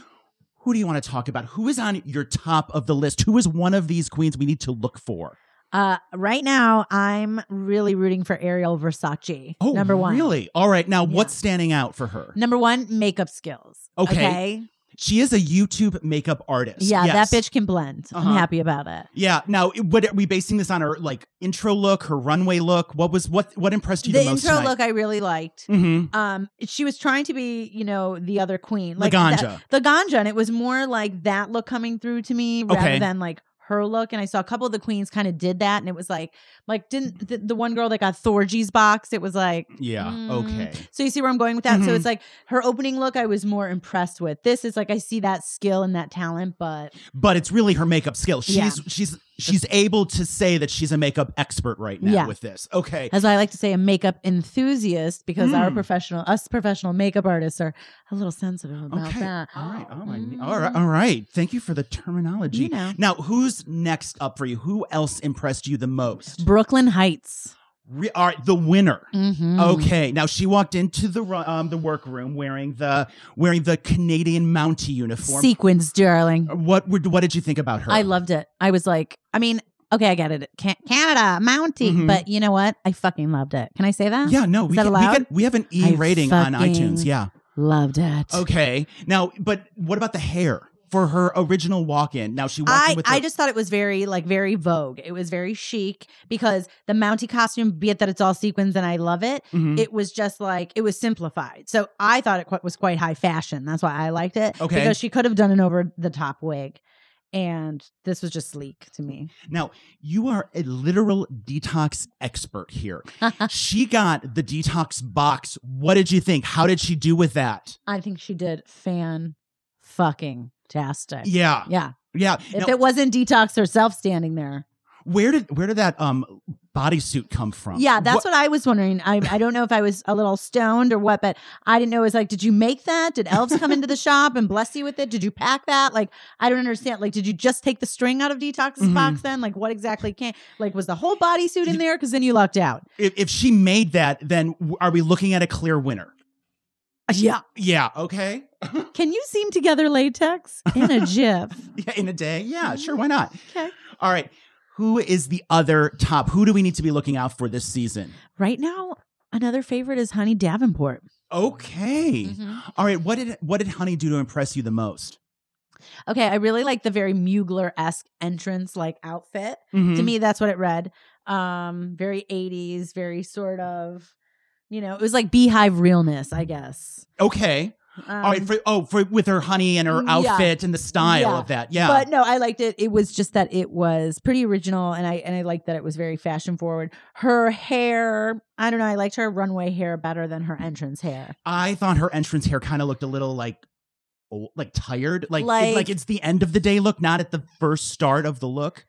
[SPEAKER 1] Who do you want to talk about? Who is on your top of the list? Who is one of these queens we need to look for?
[SPEAKER 7] uh, right now, I'm really rooting for Ariel Versace.
[SPEAKER 1] Oh,
[SPEAKER 7] number one.
[SPEAKER 1] Really? All right. Now,
[SPEAKER 7] Yeah.
[SPEAKER 1] what's standing out for her?
[SPEAKER 7] Number one, makeup skills.
[SPEAKER 1] Okay. She is a YouTube makeup artist.
[SPEAKER 7] Yeah,
[SPEAKER 1] Yes.
[SPEAKER 7] that bitch can blend.
[SPEAKER 1] Uh-huh.
[SPEAKER 7] I'm happy about it.
[SPEAKER 1] Yeah. Now, it- what are we basing this on? Her like intro look, her runway look. What was what? What impressed you the,
[SPEAKER 7] the
[SPEAKER 1] most?
[SPEAKER 7] intro look I really liked.
[SPEAKER 1] Mm-hmm.
[SPEAKER 7] Um, she was trying to be, you know, the other queen,
[SPEAKER 1] Like
[SPEAKER 7] that-
[SPEAKER 1] Laganja.
[SPEAKER 7] the ganja, and it was more like that look coming through to me rather
[SPEAKER 1] Okay.
[SPEAKER 7] than like her look. And I saw a couple of the queens kind of did that, and it was like, like
[SPEAKER 1] Mm.
[SPEAKER 7] didn't the, the one girl that got Thorgy's box? It was like,
[SPEAKER 1] Yeah.
[SPEAKER 7] Mm.
[SPEAKER 1] Okay.
[SPEAKER 7] so you see where I'm going with that.
[SPEAKER 1] Mhm.
[SPEAKER 7] So it's like her opening look, I was more impressed with. This is like I see that skill and that talent, but
[SPEAKER 1] But it's really her makeup skill. She's
[SPEAKER 7] Yeah.
[SPEAKER 1] she's she's able to say that she's a makeup expert right now
[SPEAKER 7] Yeah.
[SPEAKER 1] with this. Okay.
[SPEAKER 7] as I like to say, a makeup enthusiast because our
[SPEAKER 1] Mm.
[SPEAKER 7] professional, us professional makeup artists, are a little sensitive about
[SPEAKER 1] okay.
[SPEAKER 7] that.
[SPEAKER 1] All right. Oh my.
[SPEAKER 7] Mm.
[SPEAKER 1] All right. All right. Thank you for the terminology.
[SPEAKER 7] You know.
[SPEAKER 1] Now, who's next up for you? Who else impressed you the most?
[SPEAKER 7] Brooklyn Heights.
[SPEAKER 1] Re- all right. The winner.
[SPEAKER 7] Mm-hmm.
[SPEAKER 1] Okay, now she walked into the ru- um, the workroom wearing the wearing the Canadian Mountie uniform.
[SPEAKER 7] Sequins, darling.
[SPEAKER 1] What would what did you think about her?
[SPEAKER 7] I loved it. I was like, I mean, okay, I get it. Can- Canada, Mountie.
[SPEAKER 1] Mhm.
[SPEAKER 7] But you know what? I fucking loved it. Can I say that?
[SPEAKER 1] Yeah, no,
[SPEAKER 7] Is
[SPEAKER 1] we,
[SPEAKER 7] that
[SPEAKER 1] can, we
[SPEAKER 7] allowed?
[SPEAKER 1] can- we have an E
[SPEAKER 7] I
[SPEAKER 1] rating on
[SPEAKER 7] fucking-
[SPEAKER 1] iTunes. Yeah.
[SPEAKER 7] Loved it.
[SPEAKER 1] Okay. Now, but what about the hair for her original walk-in? Now she walked in
[SPEAKER 7] I,
[SPEAKER 1] with.
[SPEAKER 7] I
[SPEAKER 1] her-
[SPEAKER 7] just thought it was very like very vogue. It was very chic because the Mountie costume, be it that it's all sequins and I love it,
[SPEAKER 1] Mhm.
[SPEAKER 7] it was just like it was simplified. So I thought it qu- was quite high fashion. That's why I liked it.
[SPEAKER 1] Okay.
[SPEAKER 7] because she could have done an over the top wig, and this was just sleek to me.
[SPEAKER 1] now you are a literal detox expert here. she got the detox box. What did you think? How did she do with that?
[SPEAKER 7] I think she did fan fucking tastic.
[SPEAKER 1] Yeah.
[SPEAKER 7] Yeah.
[SPEAKER 1] Yeah. Now,
[SPEAKER 7] If it wasn't detox herself standing there,
[SPEAKER 1] where did where did that um bodysuit come from?
[SPEAKER 7] yeah, that's
[SPEAKER 1] What-
[SPEAKER 7] what, I was wondering. I I don't know if I was a little stoned or what, but I didn't know. It was like, did you make that? Did elves come into the shop and bless you with it? Did you pack that? Like, I don't understand. Like, did you just take the string out of detox's
[SPEAKER 1] Mhm.
[SPEAKER 7] box then? Like, what exactly can? Like, was the whole bodysuit in there? Because then you lucked out.
[SPEAKER 1] if, if she made that, then w- are we looking at a clear winner?
[SPEAKER 7] Yeah.
[SPEAKER 1] Yeah. Okay.
[SPEAKER 7] Can you seam together latex in a jiff?
[SPEAKER 1] Yeah, in a day. Yeah, sure. Why not?
[SPEAKER 7] Mm-hmm. Okay.
[SPEAKER 1] All right. Who is the other top? Who do we need to be looking out for this season?
[SPEAKER 7] Right now, another favorite is Honey Davenport.
[SPEAKER 1] Okay.
[SPEAKER 7] Mm-hmm.
[SPEAKER 1] All right. What did what did Honey do to impress you the most?
[SPEAKER 7] Okay, I really like the very Mugler esque entrance like outfit. To
[SPEAKER 1] Mm-hmm.
[SPEAKER 7] me, that's what it read. Um, very eighties, very sort of, you know, it was like beehive realness, I guess.
[SPEAKER 1] Okay.
[SPEAKER 7] Um,
[SPEAKER 1] All right, for, oh, for with her honey and her
[SPEAKER 7] Yeah.
[SPEAKER 1] outfit and the style
[SPEAKER 7] Yeah.
[SPEAKER 1] of that. Yeah.
[SPEAKER 7] But no, I liked it. It was just that it was pretty original, and I and I liked that it was very fashion forward. Her hair, I don't know, I liked her runway hair better than her entrance hair.
[SPEAKER 1] I thought her entrance hair kind of looked a little like old, like tired, like it- like,
[SPEAKER 7] Like-
[SPEAKER 1] it's the end of the day look, not at the first start of the look.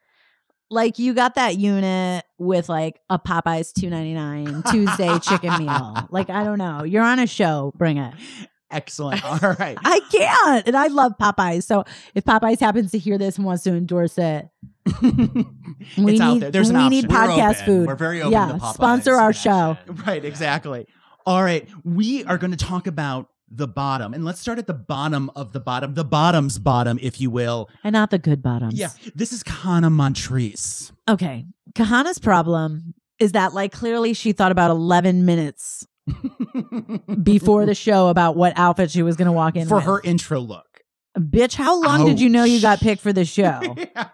[SPEAKER 7] Like you got that unit with like a Popeyes two ninety nine Tuesday chicken meal. Like I don't know, you're on a show, bring it.
[SPEAKER 1] Excellent. All right.
[SPEAKER 7] I can't, and I love Popeyes. So if Popeyes happens to hear this and wants to endorse it, we
[SPEAKER 1] it's
[SPEAKER 7] need
[SPEAKER 1] out there. There's an
[SPEAKER 7] we
[SPEAKER 1] option.
[SPEAKER 7] need podcast
[SPEAKER 4] open.
[SPEAKER 7] food.
[SPEAKER 4] We're very open
[SPEAKER 7] yeah,
[SPEAKER 4] to Popeyes.
[SPEAKER 7] sponsor our show.
[SPEAKER 1] Right, exactly. All right, we are going to talk about the bottom, and let's start at the bottom of the bottom, the bottom's bottom, if you will.
[SPEAKER 7] and not the good bottoms.
[SPEAKER 1] Yeah, this is Kana Montrese.
[SPEAKER 7] Okay. Kahana's problem is that, like, clearly she thought about 11 minutes before the show about what outfit she was going to walk in
[SPEAKER 1] for
[SPEAKER 7] with.
[SPEAKER 1] her intro look.
[SPEAKER 7] Bitch, how long did you know you got picked for the show?
[SPEAKER 1] Yeah.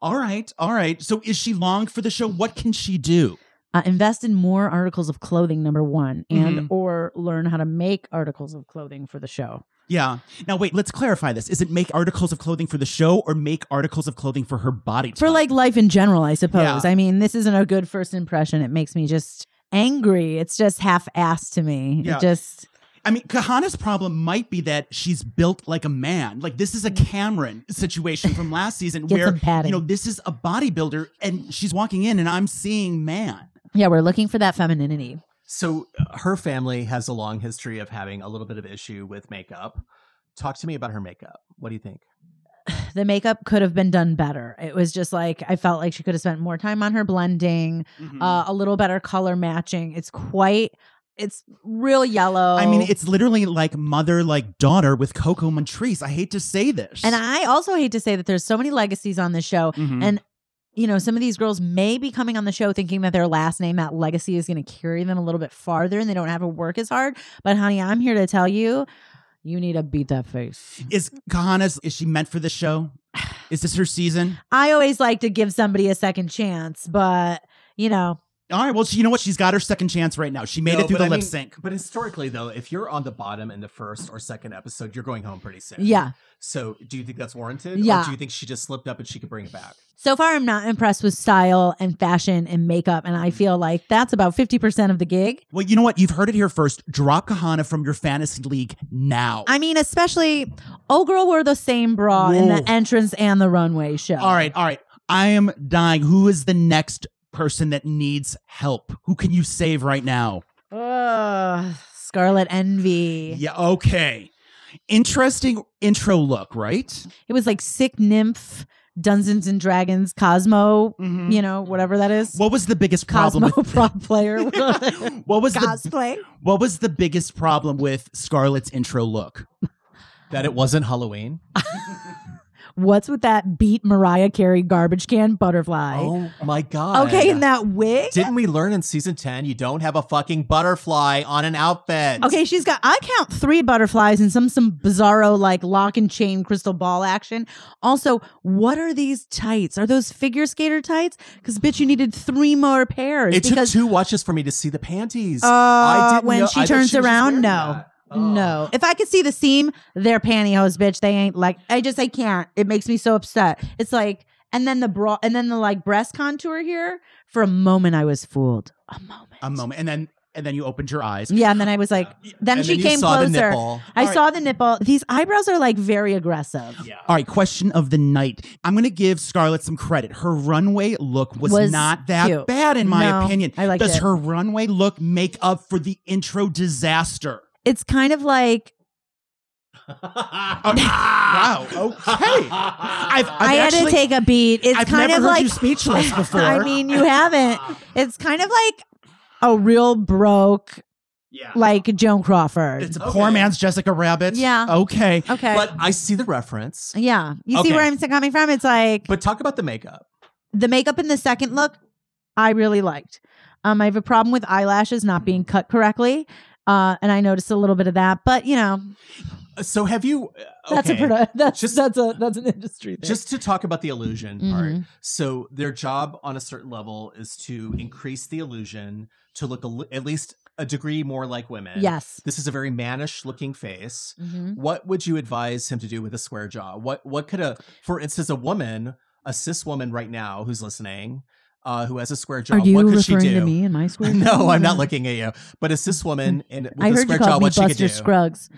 [SPEAKER 1] All right, all right. So is she long for the show? What can she do?
[SPEAKER 7] uh, invest in more articles of clothing, number one, and
[SPEAKER 1] Mhm.
[SPEAKER 7] or learn how to make articles of clothing for the show.
[SPEAKER 1] Yeah. Now wait, let's clarify this. Is it make articles of clothing for the show or make articles of clothing for her body?
[SPEAKER 7] For
[SPEAKER 1] type?
[SPEAKER 7] like life in general, I suppose.
[SPEAKER 1] Yeah.
[SPEAKER 7] I mean, this isn't a good first impression. It makes me just angry. It's just half-assed to me.
[SPEAKER 1] Yeah.
[SPEAKER 7] It just
[SPEAKER 1] I mean, Kahana's problem might be that she's built like a man. Like this is
[SPEAKER 7] Mm.
[SPEAKER 1] a Cameron situation from last season
[SPEAKER 7] Get
[SPEAKER 1] where
[SPEAKER 7] some padding.
[SPEAKER 1] you know this is a bodybuilder and she's walking in and I'm seeing man.
[SPEAKER 7] yeah, we're looking for that femininity.
[SPEAKER 4] So uh, her family has a long history of having a little bit of issue with makeup. Talk to me about her makeup. What do you think?
[SPEAKER 7] the makeup could have been done better. It was just like I felt like she could have spent more time on her blending,
[SPEAKER 1] Mm.
[SPEAKER 4] Mm-hmm.
[SPEAKER 7] uh, a little better color matching. It's quite, it's real yellow.
[SPEAKER 1] I mean, it's literally like mother like daughter with Coco Montrese. I hate to say this.
[SPEAKER 7] and I also hate to say that there's so many legacies on this show.
[SPEAKER 1] Mhm.
[SPEAKER 7] and- You know, some of these girls may be coming on the show thinking that their last name, that legacy, is going to carry them a little bit farther, and they don't have to work as hard. But honey, I'm here to tell you, you need to beat that face.
[SPEAKER 1] is Kahana's is she meant for the show? Is this her season?
[SPEAKER 7] I always like to give somebody a second chance, but you know,
[SPEAKER 1] All right. Well, she, you know what? She's got her second chance right now. She made
[SPEAKER 4] No,
[SPEAKER 1] it through
[SPEAKER 4] but
[SPEAKER 1] the
[SPEAKER 4] I
[SPEAKER 1] lip
[SPEAKER 4] mean-
[SPEAKER 1] sync.
[SPEAKER 4] But historically, though, if you're on the bottom in the first or second episode, you're going home pretty soon.
[SPEAKER 7] yeah.
[SPEAKER 4] So do you think that's warranted?
[SPEAKER 7] Yeah.
[SPEAKER 4] Or do you think she just slipped up and she could bring it back?
[SPEAKER 7] So far, I'm not impressed with style and fashion and makeup. And I feel like that's about 50% of the gig.
[SPEAKER 1] Well, you know what? You've heard it here first. Drop Kahana from your fantasy league now.
[SPEAKER 7] I mean, especially, old girl wore the same bra in
[SPEAKER 1] Whoa.
[SPEAKER 7] the entrance and the runway show.
[SPEAKER 1] all right. All right. I am dying. Who is the next person that needs help? Who can you save right now?
[SPEAKER 7] Ugh, Scarlet Envy.
[SPEAKER 1] Yeah. Okay. Interesting intro look, right?
[SPEAKER 7] It was like Sick Nymph, Dungeons and Dragons, Cosmo,
[SPEAKER 4] Mm-hmm.
[SPEAKER 1] Mhm.
[SPEAKER 7] you know, whatever that is.
[SPEAKER 1] What was the biggest problem?
[SPEAKER 7] Cosmo
[SPEAKER 1] with-
[SPEAKER 7] prop player.
[SPEAKER 1] what was the
[SPEAKER 7] Cosplay.
[SPEAKER 1] what was the biggest problem with Scarlett's intro look?
[SPEAKER 4] That it wasn't Halloween.
[SPEAKER 7] What's with that beat Mariah Carey garbage can butterfly?
[SPEAKER 4] oh my god.
[SPEAKER 7] okay, in that wig?
[SPEAKER 4] Didn't we learn in season 10 you don't have a fucking butterfly on an outfit?
[SPEAKER 7] Okay, she's got. I count three butterflies and some some bizarro like lock and chain crystal ball action. Also, what are these tights? Are those figure skater tights? Because bitch, you needed three more pairs.
[SPEAKER 4] It took
[SPEAKER 7] because
[SPEAKER 4] two watches for me to see the panties.
[SPEAKER 7] uh,
[SPEAKER 4] I didn't
[SPEAKER 7] when
[SPEAKER 4] know-
[SPEAKER 7] she
[SPEAKER 4] I thought
[SPEAKER 7] turns
[SPEAKER 4] was
[SPEAKER 7] around,
[SPEAKER 4] wearing
[SPEAKER 7] no,
[SPEAKER 4] that. Oh.
[SPEAKER 7] no. If I could see the seam, they're pantyhose, bitch. They ain't like. I just I can't. It makes me so upset. It's like, and then the bra, and then the like breast contour here. For a moment, I was fooled. A moment.
[SPEAKER 1] A moment, and then and then you opened your eyes.
[SPEAKER 7] Yeah, and then I was like, then
[SPEAKER 4] And
[SPEAKER 7] she
[SPEAKER 4] you
[SPEAKER 7] came
[SPEAKER 4] saw the
[SPEAKER 7] closer.
[SPEAKER 4] nipple.
[SPEAKER 7] I
[SPEAKER 1] All right.
[SPEAKER 7] saw the nipple. These eyebrows are like very aggressive.
[SPEAKER 1] All right, question of the night. I'm going to give Scarlett some credit. Her runway look was,
[SPEAKER 7] Was
[SPEAKER 1] not that
[SPEAKER 7] cute.
[SPEAKER 1] bad, in my
[SPEAKER 7] No,
[SPEAKER 1] opinion.
[SPEAKER 7] I liked
[SPEAKER 1] Does
[SPEAKER 7] it.
[SPEAKER 1] her runway look make up for the intro disaster?
[SPEAKER 7] It's kind of like
[SPEAKER 1] Uh, wow. Okay. I've, I've
[SPEAKER 7] i had to
[SPEAKER 1] actually-
[SPEAKER 7] take a beat. It's
[SPEAKER 1] I've
[SPEAKER 7] kind
[SPEAKER 1] never heard
[SPEAKER 7] of like
[SPEAKER 1] you speechless before.
[SPEAKER 7] I mean, you haven't. It's kind of like a real broke,
[SPEAKER 4] Yeah.
[SPEAKER 7] like Joan Crawford.
[SPEAKER 1] it's a poor man's Jessica Rabbit.
[SPEAKER 7] Yeah.
[SPEAKER 1] Okay.
[SPEAKER 7] okay.
[SPEAKER 4] But I see the reference.
[SPEAKER 7] yeah, you
[SPEAKER 1] Okay.
[SPEAKER 7] see where I'm coming from. It's like
[SPEAKER 4] But talk about the makeup.
[SPEAKER 7] the makeup in the second look. I really liked. Um, I have a problem with eyelashes not being
[SPEAKER 4] Mm-hmm.
[SPEAKER 7] cut correctly. Uh, and I noticed a little bit of that, but you know,
[SPEAKER 4] So have you uh, okay.
[SPEAKER 7] that's a produ- that's
[SPEAKER 4] Just-
[SPEAKER 7] that's a that's an industry thing.
[SPEAKER 4] just to talk about the illusion part
[SPEAKER 7] Mhm.
[SPEAKER 4] so their job on a certain level is to increase the illusion to look a, li- at least a degree more like women.
[SPEAKER 7] Yes.
[SPEAKER 4] This is a very mannish looking face.
[SPEAKER 7] Mhm.
[SPEAKER 4] What would you advise him to do with a square jaw? What what could a for instance a woman, a cis woman right now who's listening, uh, who has a square jaw,
[SPEAKER 7] Are you
[SPEAKER 4] what could she
[SPEAKER 7] referring
[SPEAKER 4] do?
[SPEAKER 7] to me and my square?
[SPEAKER 4] No, I'm not
[SPEAKER 7] jaw?
[SPEAKER 4] looking at you. But a cis woman and with
[SPEAKER 7] Mm. I
[SPEAKER 4] a
[SPEAKER 7] heard you
[SPEAKER 4] square jaw,
[SPEAKER 7] called me
[SPEAKER 4] what she could
[SPEAKER 7] Buster
[SPEAKER 4] do?
[SPEAKER 7] Scruggs.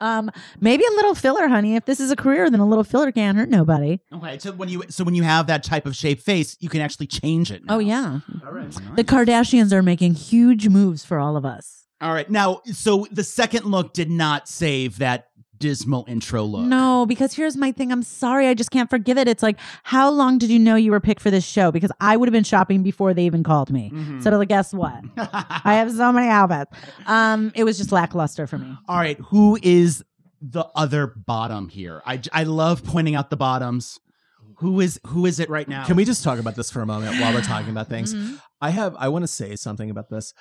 [SPEAKER 7] um, maybe a little filler, honey. If this is a career, then a little filler can't hurt nobody.
[SPEAKER 1] Okay, so when you so when you have that type of shaped face, you can actually change it. now.
[SPEAKER 7] Oh yeah,
[SPEAKER 1] All right. Nice.
[SPEAKER 7] the Kardashians are making huge moves for all of us.
[SPEAKER 1] All right. Now, so the second look did not save that dismal intro look.
[SPEAKER 7] No, because here's my thing. I'm sorry, I just can't forgive it. It's like, how long did you know you were picked for this show? Because I would have been shopping before they even called me.
[SPEAKER 1] Mhm.
[SPEAKER 7] So, like, guess what? I have so many outfits. Um, it was just lackluster for me.
[SPEAKER 1] All right. Who is the other bottom here? I, I love pointing out the bottoms. Who is who is it right now?
[SPEAKER 4] Can we just talk about this for a moment while we're talking about things?
[SPEAKER 7] Mm-hmm.
[SPEAKER 4] I have I want to say something about this.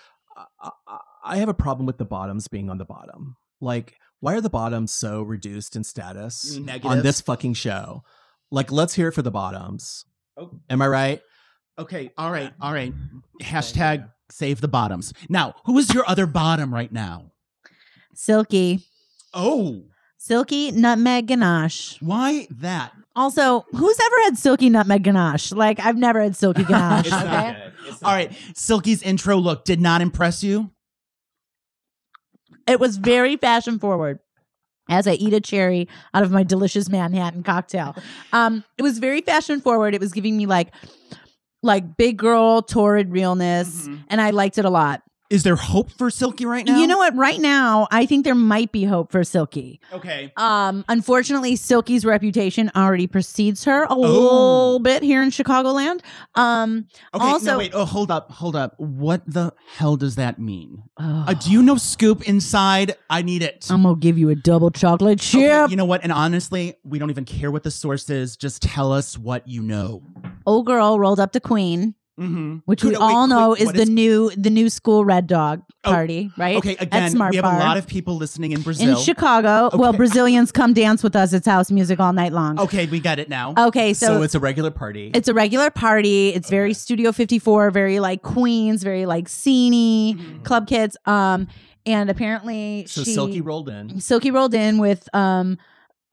[SPEAKER 4] I- I, I have a problem with the bottoms being on the bottom. Like, why are the bottoms so reduced in status
[SPEAKER 1] You mean
[SPEAKER 4] on
[SPEAKER 1] negatives?
[SPEAKER 4] this fucking show? Like, let's hear it for the bottoms.
[SPEAKER 1] Oh.
[SPEAKER 4] Am I right?
[SPEAKER 1] Okay. All right. All right. Hashtag save the bottoms. Now, who is your other bottom right now?
[SPEAKER 7] Silky,
[SPEAKER 1] Oh,
[SPEAKER 7] silky nutmeg ganache.
[SPEAKER 1] why that?
[SPEAKER 7] Also, who's ever had silky nutmeg ganache? Like, I've never had silky ganache.
[SPEAKER 1] It's not
[SPEAKER 7] okay?
[SPEAKER 1] All right. Silky's intro look did not impress you.
[SPEAKER 7] It was very fashion forward. As I eat a cherry out of my delicious Manhattan cocktail, um, it was very fashion forward. It was giving me like, like big girl torrid realness, and I liked it a lot.
[SPEAKER 1] Is there hope for Silky right now?
[SPEAKER 7] You know what? Right now, I think there might be hope for Silky.
[SPEAKER 1] Okay.
[SPEAKER 7] Um, unfortunately, Silky's reputation already precedes her a little bit here in Chicagoland. Um,
[SPEAKER 1] Okay.
[SPEAKER 7] Also-
[SPEAKER 1] no, wait. Oh, hold up. Hold up. What the hell does that mean? Uh, do you know Scoop inside? I need it.
[SPEAKER 7] I'm gonna give you a double chocolate chip.
[SPEAKER 1] Okay, You know what? And honestly, we don't even care what the source is. Just tell us what you know.
[SPEAKER 7] Old girl rolled up to Queen,
[SPEAKER 1] Mm-hmm.
[SPEAKER 7] which we all know is the new the new school red dog
[SPEAKER 1] Oh,
[SPEAKER 7] party, right?
[SPEAKER 1] Okay,
[SPEAKER 7] At
[SPEAKER 1] again,
[SPEAKER 7] Smart
[SPEAKER 1] we have
[SPEAKER 7] Bar.
[SPEAKER 1] a lot of people listening in Brazil.
[SPEAKER 7] in Chicago. Well,
[SPEAKER 1] Okay.
[SPEAKER 7] Brazilians come dance with us. It's house music all night long.
[SPEAKER 1] okay, we got it now.
[SPEAKER 7] Okay, so,
[SPEAKER 4] So, it's a regular party.
[SPEAKER 7] It's a regular party. It's very Studio 54, very like Queens, very like sceney
[SPEAKER 1] Mm-hmm.
[SPEAKER 7] club kids. Um, and apparently
[SPEAKER 4] so
[SPEAKER 7] she,
[SPEAKER 4] Silky rolled in.
[SPEAKER 7] Silky rolled in with um,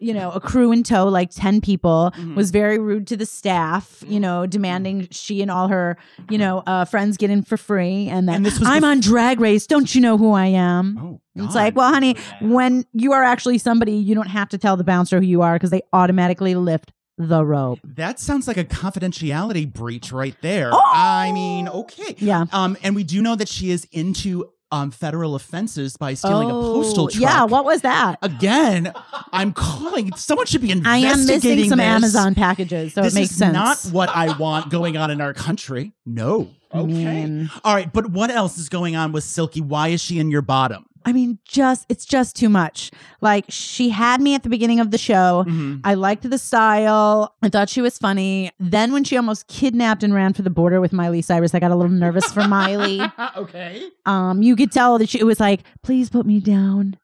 [SPEAKER 7] you know, a crew in tow, like ten people.
[SPEAKER 1] Mm-hmm.
[SPEAKER 7] Was very rude to the staff. You know, demanding she and all her you know uh, friends get in for free, and that
[SPEAKER 1] And this was
[SPEAKER 7] I'm
[SPEAKER 1] bef-
[SPEAKER 7] on Drag Race. Don't you know who I am?
[SPEAKER 1] Oh,
[SPEAKER 7] It's
[SPEAKER 1] God.
[SPEAKER 7] like, well, honey, when you are actually somebody, you don't have to tell the bouncer who you are because they automatically lift the rope.
[SPEAKER 1] that sounds like a confidentiality breach right there.
[SPEAKER 7] Oh!
[SPEAKER 1] I mean, okay.
[SPEAKER 7] Yeah.
[SPEAKER 1] Um, and we do know that she is into um federal offenses by stealing a postal
[SPEAKER 7] Oh,
[SPEAKER 1] truck.
[SPEAKER 7] Yeah, what was that?
[SPEAKER 1] Again, I'm calling. Someone should be
[SPEAKER 7] I
[SPEAKER 1] investigating.
[SPEAKER 7] am missing some
[SPEAKER 1] this.
[SPEAKER 7] Amazon packages, so
[SPEAKER 1] this
[SPEAKER 7] it makes
[SPEAKER 1] is
[SPEAKER 7] sense.
[SPEAKER 1] not what I want going on in our country. No.
[SPEAKER 7] I mean-
[SPEAKER 1] All right, but what else is going on with Silky? Why is she in your bottom?
[SPEAKER 7] I mean, just it's just too much. Like she had me at the beginning of the show.
[SPEAKER 1] Mm-hmm.
[SPEAKER 7] I liked the style. I thought she was funny. Then when she almost kidnapped and ran for the border with Miley Cyrus, I got a little nervous for Miley.
[SPEAKER 1] okay.
[SPEAKER 7] Um, you could tell that she it was like, please put me down.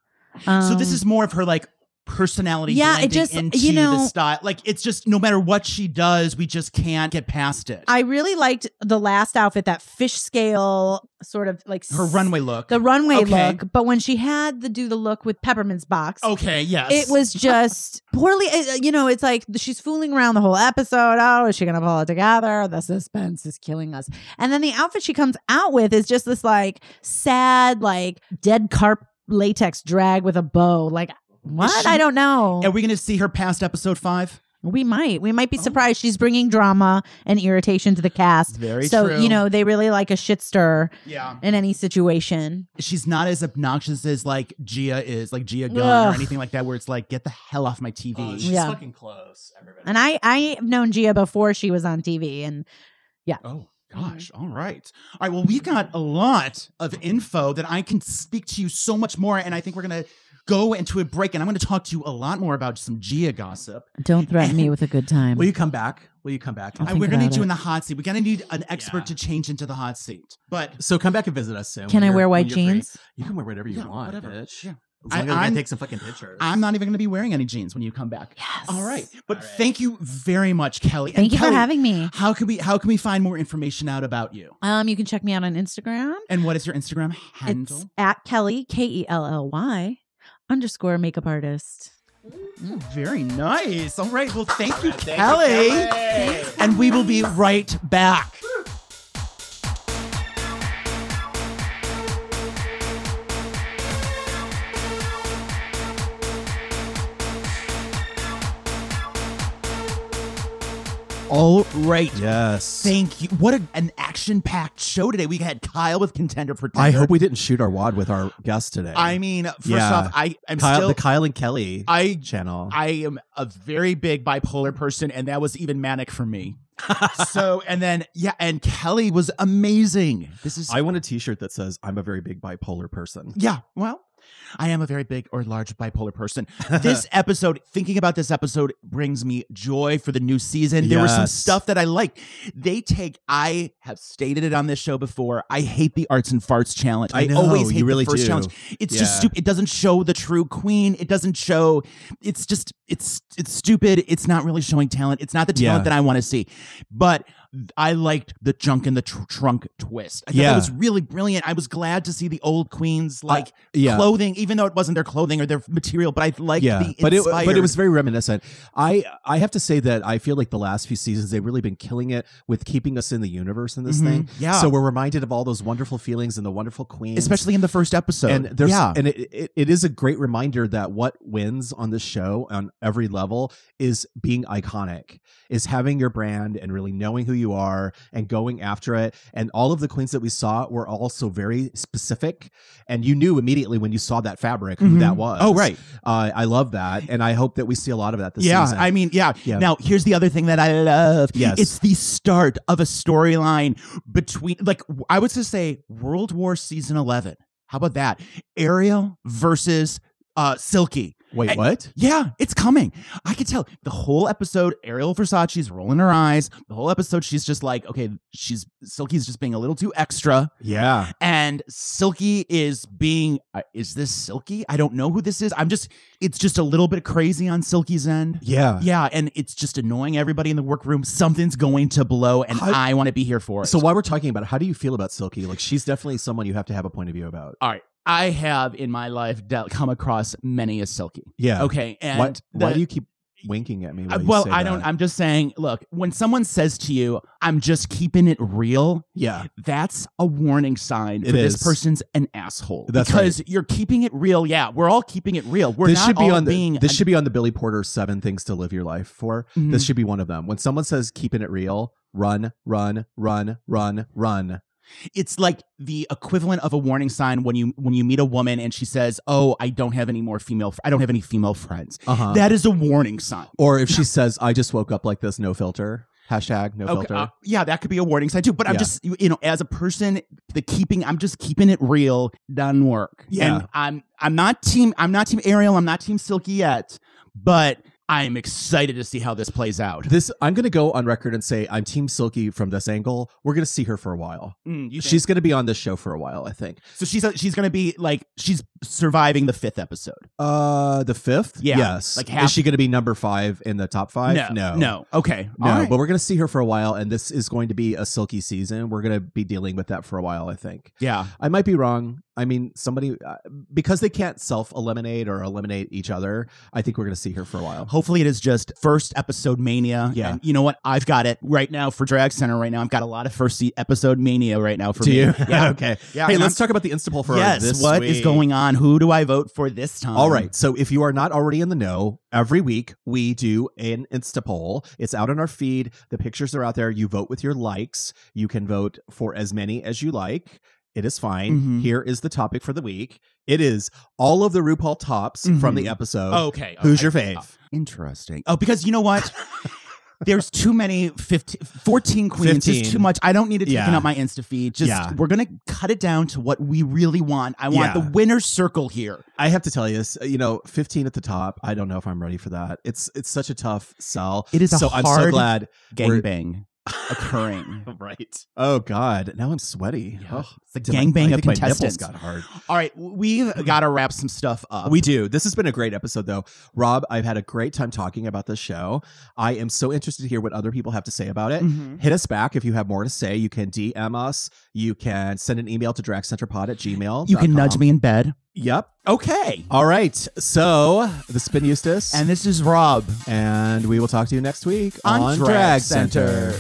[SPEAKER 7] Um,
[SPEAKER 1] so this is more of her like personality
[SPEAKER 7] Yeah,
[SPEAKER 1] blending
[SPEAKER 7] it just-
[SPEAKER 1] into
[SPEAKER 7] you know-
[SPEAKER 1] the style. Like it's just no matter what she does, we just can't get past it.
[SPEAKER 7] I really liked the last outfit, that fish scale sort of like
[SPEAKER 1] her
[SPEAKER 7] s-
[SPEAKER 1] runway look.
[SPEAKER 7] the runway
[SPEAKER 1] Okay.
[SPEAKER 7] look. But when she had the do the look with Peppermint's box,
[SPEAKER 1] okay, yes.
[SPEAKER 7] It was just poorly, it- you know, it's like she's fooling around the whole episode. Oh, is she going to pull it together? The suspense is killing us. And then the outfit she comes out with is just this like sad, like dead carp latex drag with a bow. Like, what?
[SPEAKER 1] she-
[SPEAKER 7] I don't know.
[SPEAKER 1] Are we going to see her past episode 5?
[SPEAKER 7] we might. We
[SPEAKER 1] Oh.
[SPEAKER 7] might be surprised. She's bringing drama and irritation to the cast.
[SPEAKER 1] Very
[SPEAKER 7] so,
[SPEAKER 1] true.
[SPEAKER 7] you know, they really like a shit stir
[SPEAKER 1] Yeah.
[SPEAKER 7] in any situation.
[SPEAKER 1] She's not as obnoxious as like Gia is, like Gia Gunn or
[SPEAKER 7] Ugh.
[SPEAKER 1] anything like that where it's like get the hell off my TV.
[SPEAKER 4] Oh, she's
[SPEAKER 7] Yeah.
[SPEAKER 4] fucking close, everybody.
[SPEAKER 7] And I, I've known Gia before she was on TV and
[SPEAKER 1] Oh gosh. All right. All right. Well, we've got a lot of info that I can speak to you so much more, and I think we're gonna go into a break, and I'm gonna talk to you a lot more about some Gia gossip.
[SPEAKER 7] don't threaten me with a good time.
[SPEAKER 4] Will you come back? Will you come back?
[SPEAKER 7] I'll
[SPEAKER 1] I-
[SPEAKER 7] think
[SPEAKER 1] we're gonna
[SPEAKER 7] about
[SPEAKER 1] need you
[SPEAKER 7] it.
[SPEAKER 1] in the hot seat. We're gonna need an expert
[SPEAKER 4] Yeah.
[SPEAKER 1] to change into the hot seat. But
[SPEAKER 4] So come back and visit us soon.
[SPEAKER 7] Can
[SPEAKER 4] when
[SPEAKER 7] I
[SPEAKER 4] you're-
[SPEAKER 7] wear
[SPEAKER 4] when
[SPEAKER 7] white
[SPEAKER 4] you're free.
[SPEAKER 7] jeans?
[SPEAKER 4] You can wear whatever you
[SPEAKER 1] yeah,
[SPEAKER 4] want,
[SPEAKER 1] whatever.
[SPEAKER 4] bitch.
[SPEAKER 1] Yeah. I-
[SPEAKER 8] long as I
[SPEAKER 1] I'm-
[SPEAKER 8] take some fucking pictures.
[SPEAKER 1] I'm not even going to be wearing any jeans when you come back.
[SPEAKER 7] Yes.
[SPEAKER 1] All right. But thank you very much, Kelly.
[SPEAKER 7] Thank
[SPEAKER 1] And
[SPEAKER 7] you
[SPEAKER 1] Kelly,
[SPEAKER 7] for having me.
[SPEAKER 1] How can we how can we find more information out about you?
[SPEAKER 7] Um, you can check me out on Instagram.
[SPEAKER 1] And what is your Instagram handle?
[SPEAKER 7] It's at Kelly K E L L Y underscore makeup artist.
[SPEAKER 1] Very nice. All right. Well, thank you,
[SPEAKER 8] Thank you,
[SPEAKER 1] Kelly.
[SPEAKER 8] Kelly.
[SPEAKER 1] And we will be right back. All right.
[SPEAKER 4] Yes.
[SPEAKER 1] Thank you. What a, an action packed show today. We had Kyle with Contender for
[SPEAKER 4] I
[SPEAKER 1] Tender.
[SPEAKER 4] hope we didn't shoot our wad with our guest today.
[SPEAKER 1] I mean, first
[SPEAKER 4] Yeah.
[SPEAKER 1] off, I am
[SPEAKER 4] Kyle,
[SPEAKER 1] still.
[SPEAKER 4] the Kyle and Kelly
[SPEAKER 1] I
[SPEAKER 4] channel.
[SPEAKER 1] I am a very big bipolar person, and that was even manic for me. so, and then, yeah, and Kelly was amazing. This is,
[SPEAKER 4] I want a T-shirt that says "I'm a very big bipolar person."
[SPEAKER 1] yeah, well, I am a very big or large bipolar person. This episode, thinking about this episode, brings me joy for the new season. There was some
[SPEAKER 4] Yes.
[SPEAKER 1] stuff that I like. They take, I have stated it on this show before. I hate the arts and farts challenge. I,
[SPEAKER 4] I know,
[SPEAKER 1] always hate
[SPEAKER 4] you really
[SPEAKER 1] the first
[SPEAKER 4] do.
[SPEAKER 1] challenge. It's just
[SPEAKER 4] Yeah.
[SPEAKER 1] stupid. It doesn't show the true queen. It doesn't show. It's just it's it's stupid. It's not really showing talent. It's not the talent
[SPEAKER 4] Yeah.
[SPEAKER 1] that I want to see. But I liked the junk in the tr- trunk twist. I thought
[SPEAKER 4] Yeah.
[SPEAKER 1] that was really brilliant. I was glad to see the old queens like
[SPEAKER 4] yeah.
[SPEAKER 1] clothing, even though it wasn't their clothing or their material. But I liked the
[SPEAKER 4] but it
[SPEAKER 1] inspired.
[SPEAKER 4] but it was very reminiscent. I I have to say that I feel like the last few seasons they've really been killing it with keeping us in the universe in this
[SPEAKER 1] Mhm.
[SPEAKER 4] thing.
[SPEAKER 1] Yeah.
[SPEAKER 4] So we're reminded of all those wonderful feelings and the wonderful queens,
[SPEAKER 1] especially in the first episode.
[SPEAKER 4] And there's
[SPEAKER 1] yeah,
[SPEAKER 4] and it, it, it is a great reminder that what wins on the show on every level is being iconic, is having your brand and really knowing who you are and going after it. And all of the queens that we saw were also very specific, and you knew immediately when you saw that fabric who
[SPEAKER 1] Mhm.
[SPEAKER 4] that was.
[SPEAKER 1] Oh, right.
[SPEAKER 4] Uh, I love that, and I hope that we see a lot of that this
[SPEAKER 1] yeah,
[SPEAKER 4] season.
[SPEAKER 1] I mean, yeah.
[SPEAKER 4] Yeah.
[SPEAKER 1] Now, here's the other thing that I love.
[SPEAKER 4] Yes.
[SPEAKER 1] It's the start of a storyline between, like, w- I would just say World War Season 11. How about that? Ariel versus uh, Silky.
[SPEAKER 4] Wait, what?
[SPEAKER 1] Yeah, it's coming. I could tell the whole episode. Ariel Versace's rolling her eyes. The whole episode, she's just like, okay, she's Silky's just being a little too extra
[SPEAKER 4] Yeah,
[SPEAKER 1] and Silky is being uh, is this Silky? I don't know who this is. I'm just it's just a little bit crazy on Silky's end.
[SPEAKER 4] yeah.
[SPEAKER 1] Yeah, and it's just annoying everybody in the workroom. Something's going to blow and
[SPEAKER 4] How-
[SPEAKER 1] I want to be here for it.
[SPEAKER 4] So while we're talking about it, how do you feel about Silky? Like she's definitely someone you have to have a point of view about.
[SPEAKER 1] I have in my life dealt come across many a Silky.
[SPEAKER 4] Yeah.
[SPEAKER 1] Okay, and
[SPEAKER 4] why, why
[SPEAKER 1] the-
[SPEAKER 4] do you keep winking at me?
[SPEAKER 1] uh,
[SPEAKER 4] while you
[SPEAKER 1] well,
[SPEAKER 4] say
[SPEAKER 1] I don't
[SPEAKER 4] that?
[SPEAKER 1] I'm just saying, look, when someone says to you, I'm just keeping it real,
[SPEAKER 4] Yeah.
[SPEAKER 1] that's a warning sign
[SPEAKER 4] It
[SPEAKER 1] for this
[SPEAKER 4] is.
[SPEAKER 1] person's an asshole.
[SPEAKER 4] That's
[SPEAKER 1] because you're keeping it real. Yeah, we're all keeping it real. We're
[SPEAKER 4] this
[SPEAKER 1] not
[SPEAKER 4] should be
[SPEAKER 1] all
[SPEAKER 4] on the,
[SPEAKER 1] being
[SPEAKER 4] this
[SPEAKER 1] an-
[SPEAKER 4] should be on the Billy Porter seven things to live your life for.
[SPEAKER 1] Mhm.
[SPEAKER 4] This should be one of them. When someone says keeping it real, run, run, run, run, run.
[SPEAKER 1] mm-hmm. it's like the equivalent of a warning sign when you when you meet a woman and she says, "Oh, I don't have any more female fr- I don't have any female friends."
[SPEAKER 4] Uh-huh.
[SPEAKER 1] That is a warning sign.
[SPEAKER 4] or if she says, I just woke up like this, no filter. Hashtag no filter.
[SPEAKER 1] uh, yeah, that could be a warning sign too. But I'm
[SPEAKER 4] Yeah.
[SPEAKER 1] just you you know, as a person, the keeping I'm just keeping it real doesn't work.
[SPEAKER 4] Yeah.
[SPEAKER 1] and I'm I'm not team I'm not team Ariel. I'm not team Silky yet, but I'm excited to see how this plays out.
[SPEAKER 4] this I'm gonna go on record and say I'm Team Silky from this angle. We're gonna see her for a while.
[SPEAKER 1] Mm, you think?
[SPEAKER 4] She's gonna be on this show for a while, I think.
[SPEAKER 1] so she's she's gonna be like she's surviving the fifth episode.
[SPEAKER 4] Uh the fifth?
[SPEAKER 1] Yeah,
[SPEAKER 4] Yes.
[SPEAKER 1] like half-
[SPEAKER 4] Is she gonna be number five in the top five?
[SPEAKER 1] no, no. Okay,
[SPEAKER 4] No,
[SPEAKER 1] All right.
[SPEAKER 4] but we're going to see her for a while, and this is going to be a silky season. We're going to be dealing with that for a while, I think.
[SPEAKER 1] yeah.
[SPEAKER 4] I might be wrong. I mean, somebody, uh, because they can't self eliminate or eliminate each other, I think we're going to see her for a while.
[SPEAKER 1] Hopefully, it is just first episode mania.
[SPEAKER 4] Yeah.
[SPEAKER 1] And you know what? I've got it right now for Drag Center. Right now, I've got a lot of first se- episode mania right now for
[SPEAKER 4] Do
[SPEAKER 1] me.
[SPEAKER 4] you?
[SPEAKER 1] Yeah.
[SPEAKER 4] okay.
[SPEAKER 1] Yeah,
[SPEAKER 4] hey,
[SPEAKER 1] and
[SPEAKER 4] let's talk about the Insta poll for
[SPEAKER 1] yes. What
[SPEAKER 4] this
[SPEAKER 1] is
[SPEAKER 4] week.
[SPEAKER 1] going on? Who do I vote for this time?
[SPEAKER 4] All right. So if you are not already in the know, every week we do an Insta poll. It's out on our feed. The pictures are out there. You vote with your likes. You can vote for as many as you like. It is fine.
[SPEAKER 1] Mhm.
[SPEAKER 4] Here is the topic for the week. It is all of the RuPaul tops from the
[SPEAKER 1] Mhm.
[SPEAKER 4] episode.
[SPEAKER 1] Okay. okay.
[SPEAKER 4] Who's your fave?
[SPEAKER 1] Interesting. Oh, because you know what? There's too many 15, 14 queens. It's
[SPEAKER 4] 15.
[SPEAKER 1] too much. I don't need it taking
[SPEAKER 4] Yeah.
[SPEAKER 1] up my Insta feed. Just
[SPEAKER 4] Yeah.
[SPEAKER 1] we're gonna cut it down to what we really want. I want
[SPEAKER 4] Yeah.
[SPEAKER 1] the winner's circle here.
[SPEAKER 4] I have to tell you, s- you know, 15 at the top. I don't know if I'm ready for that. It's it's such a tough sell.
[SPEAKER 1] It is a
[SPEAKER 4] so I'm so
[SPEAKER 1] hard
[SPEAKER 4] glad
[SPEAKER 1] Gang
[SPEAKER 4] we're-
[SPEAKER 1] bang. occurring.
[SPEAKER 4] Right. Oh God. Now I'm sweaty. Ugh.
[SPEAKER 1] the
[SPEAKER 4] Did my- I
[SPEAKER 1] gangbang of
[SPEAKER 4] think my nipples
[SPEAKER 1] contestants.
[SPEAKER 4] got hard.
[SPEAKER 1] All right, we've got to wrap some stuff up.
[SPEAKER 4] We do. This has been a great episode, though. Rob, I've had a great time talking about this show. I am so interested to hear what other people have to say about it.
[SPEAKER 1] Mhm.
[SPEAKER 4] Hit us back if you have more to say. You can DM us. You can send an email to dragcenterpod at gmail.
[SPEAKER 1] You can nudge me in bed.
[SPEAKER 4] Yep.
[SPEAKER 1] Okay.
[SPEAKER 4] All right. So this has been Eustace.
[SPEAKER 1] And this is Rob
[SPEAKER 4] and we will talk to you next week
[SPEAKER 1] on, Drag Center.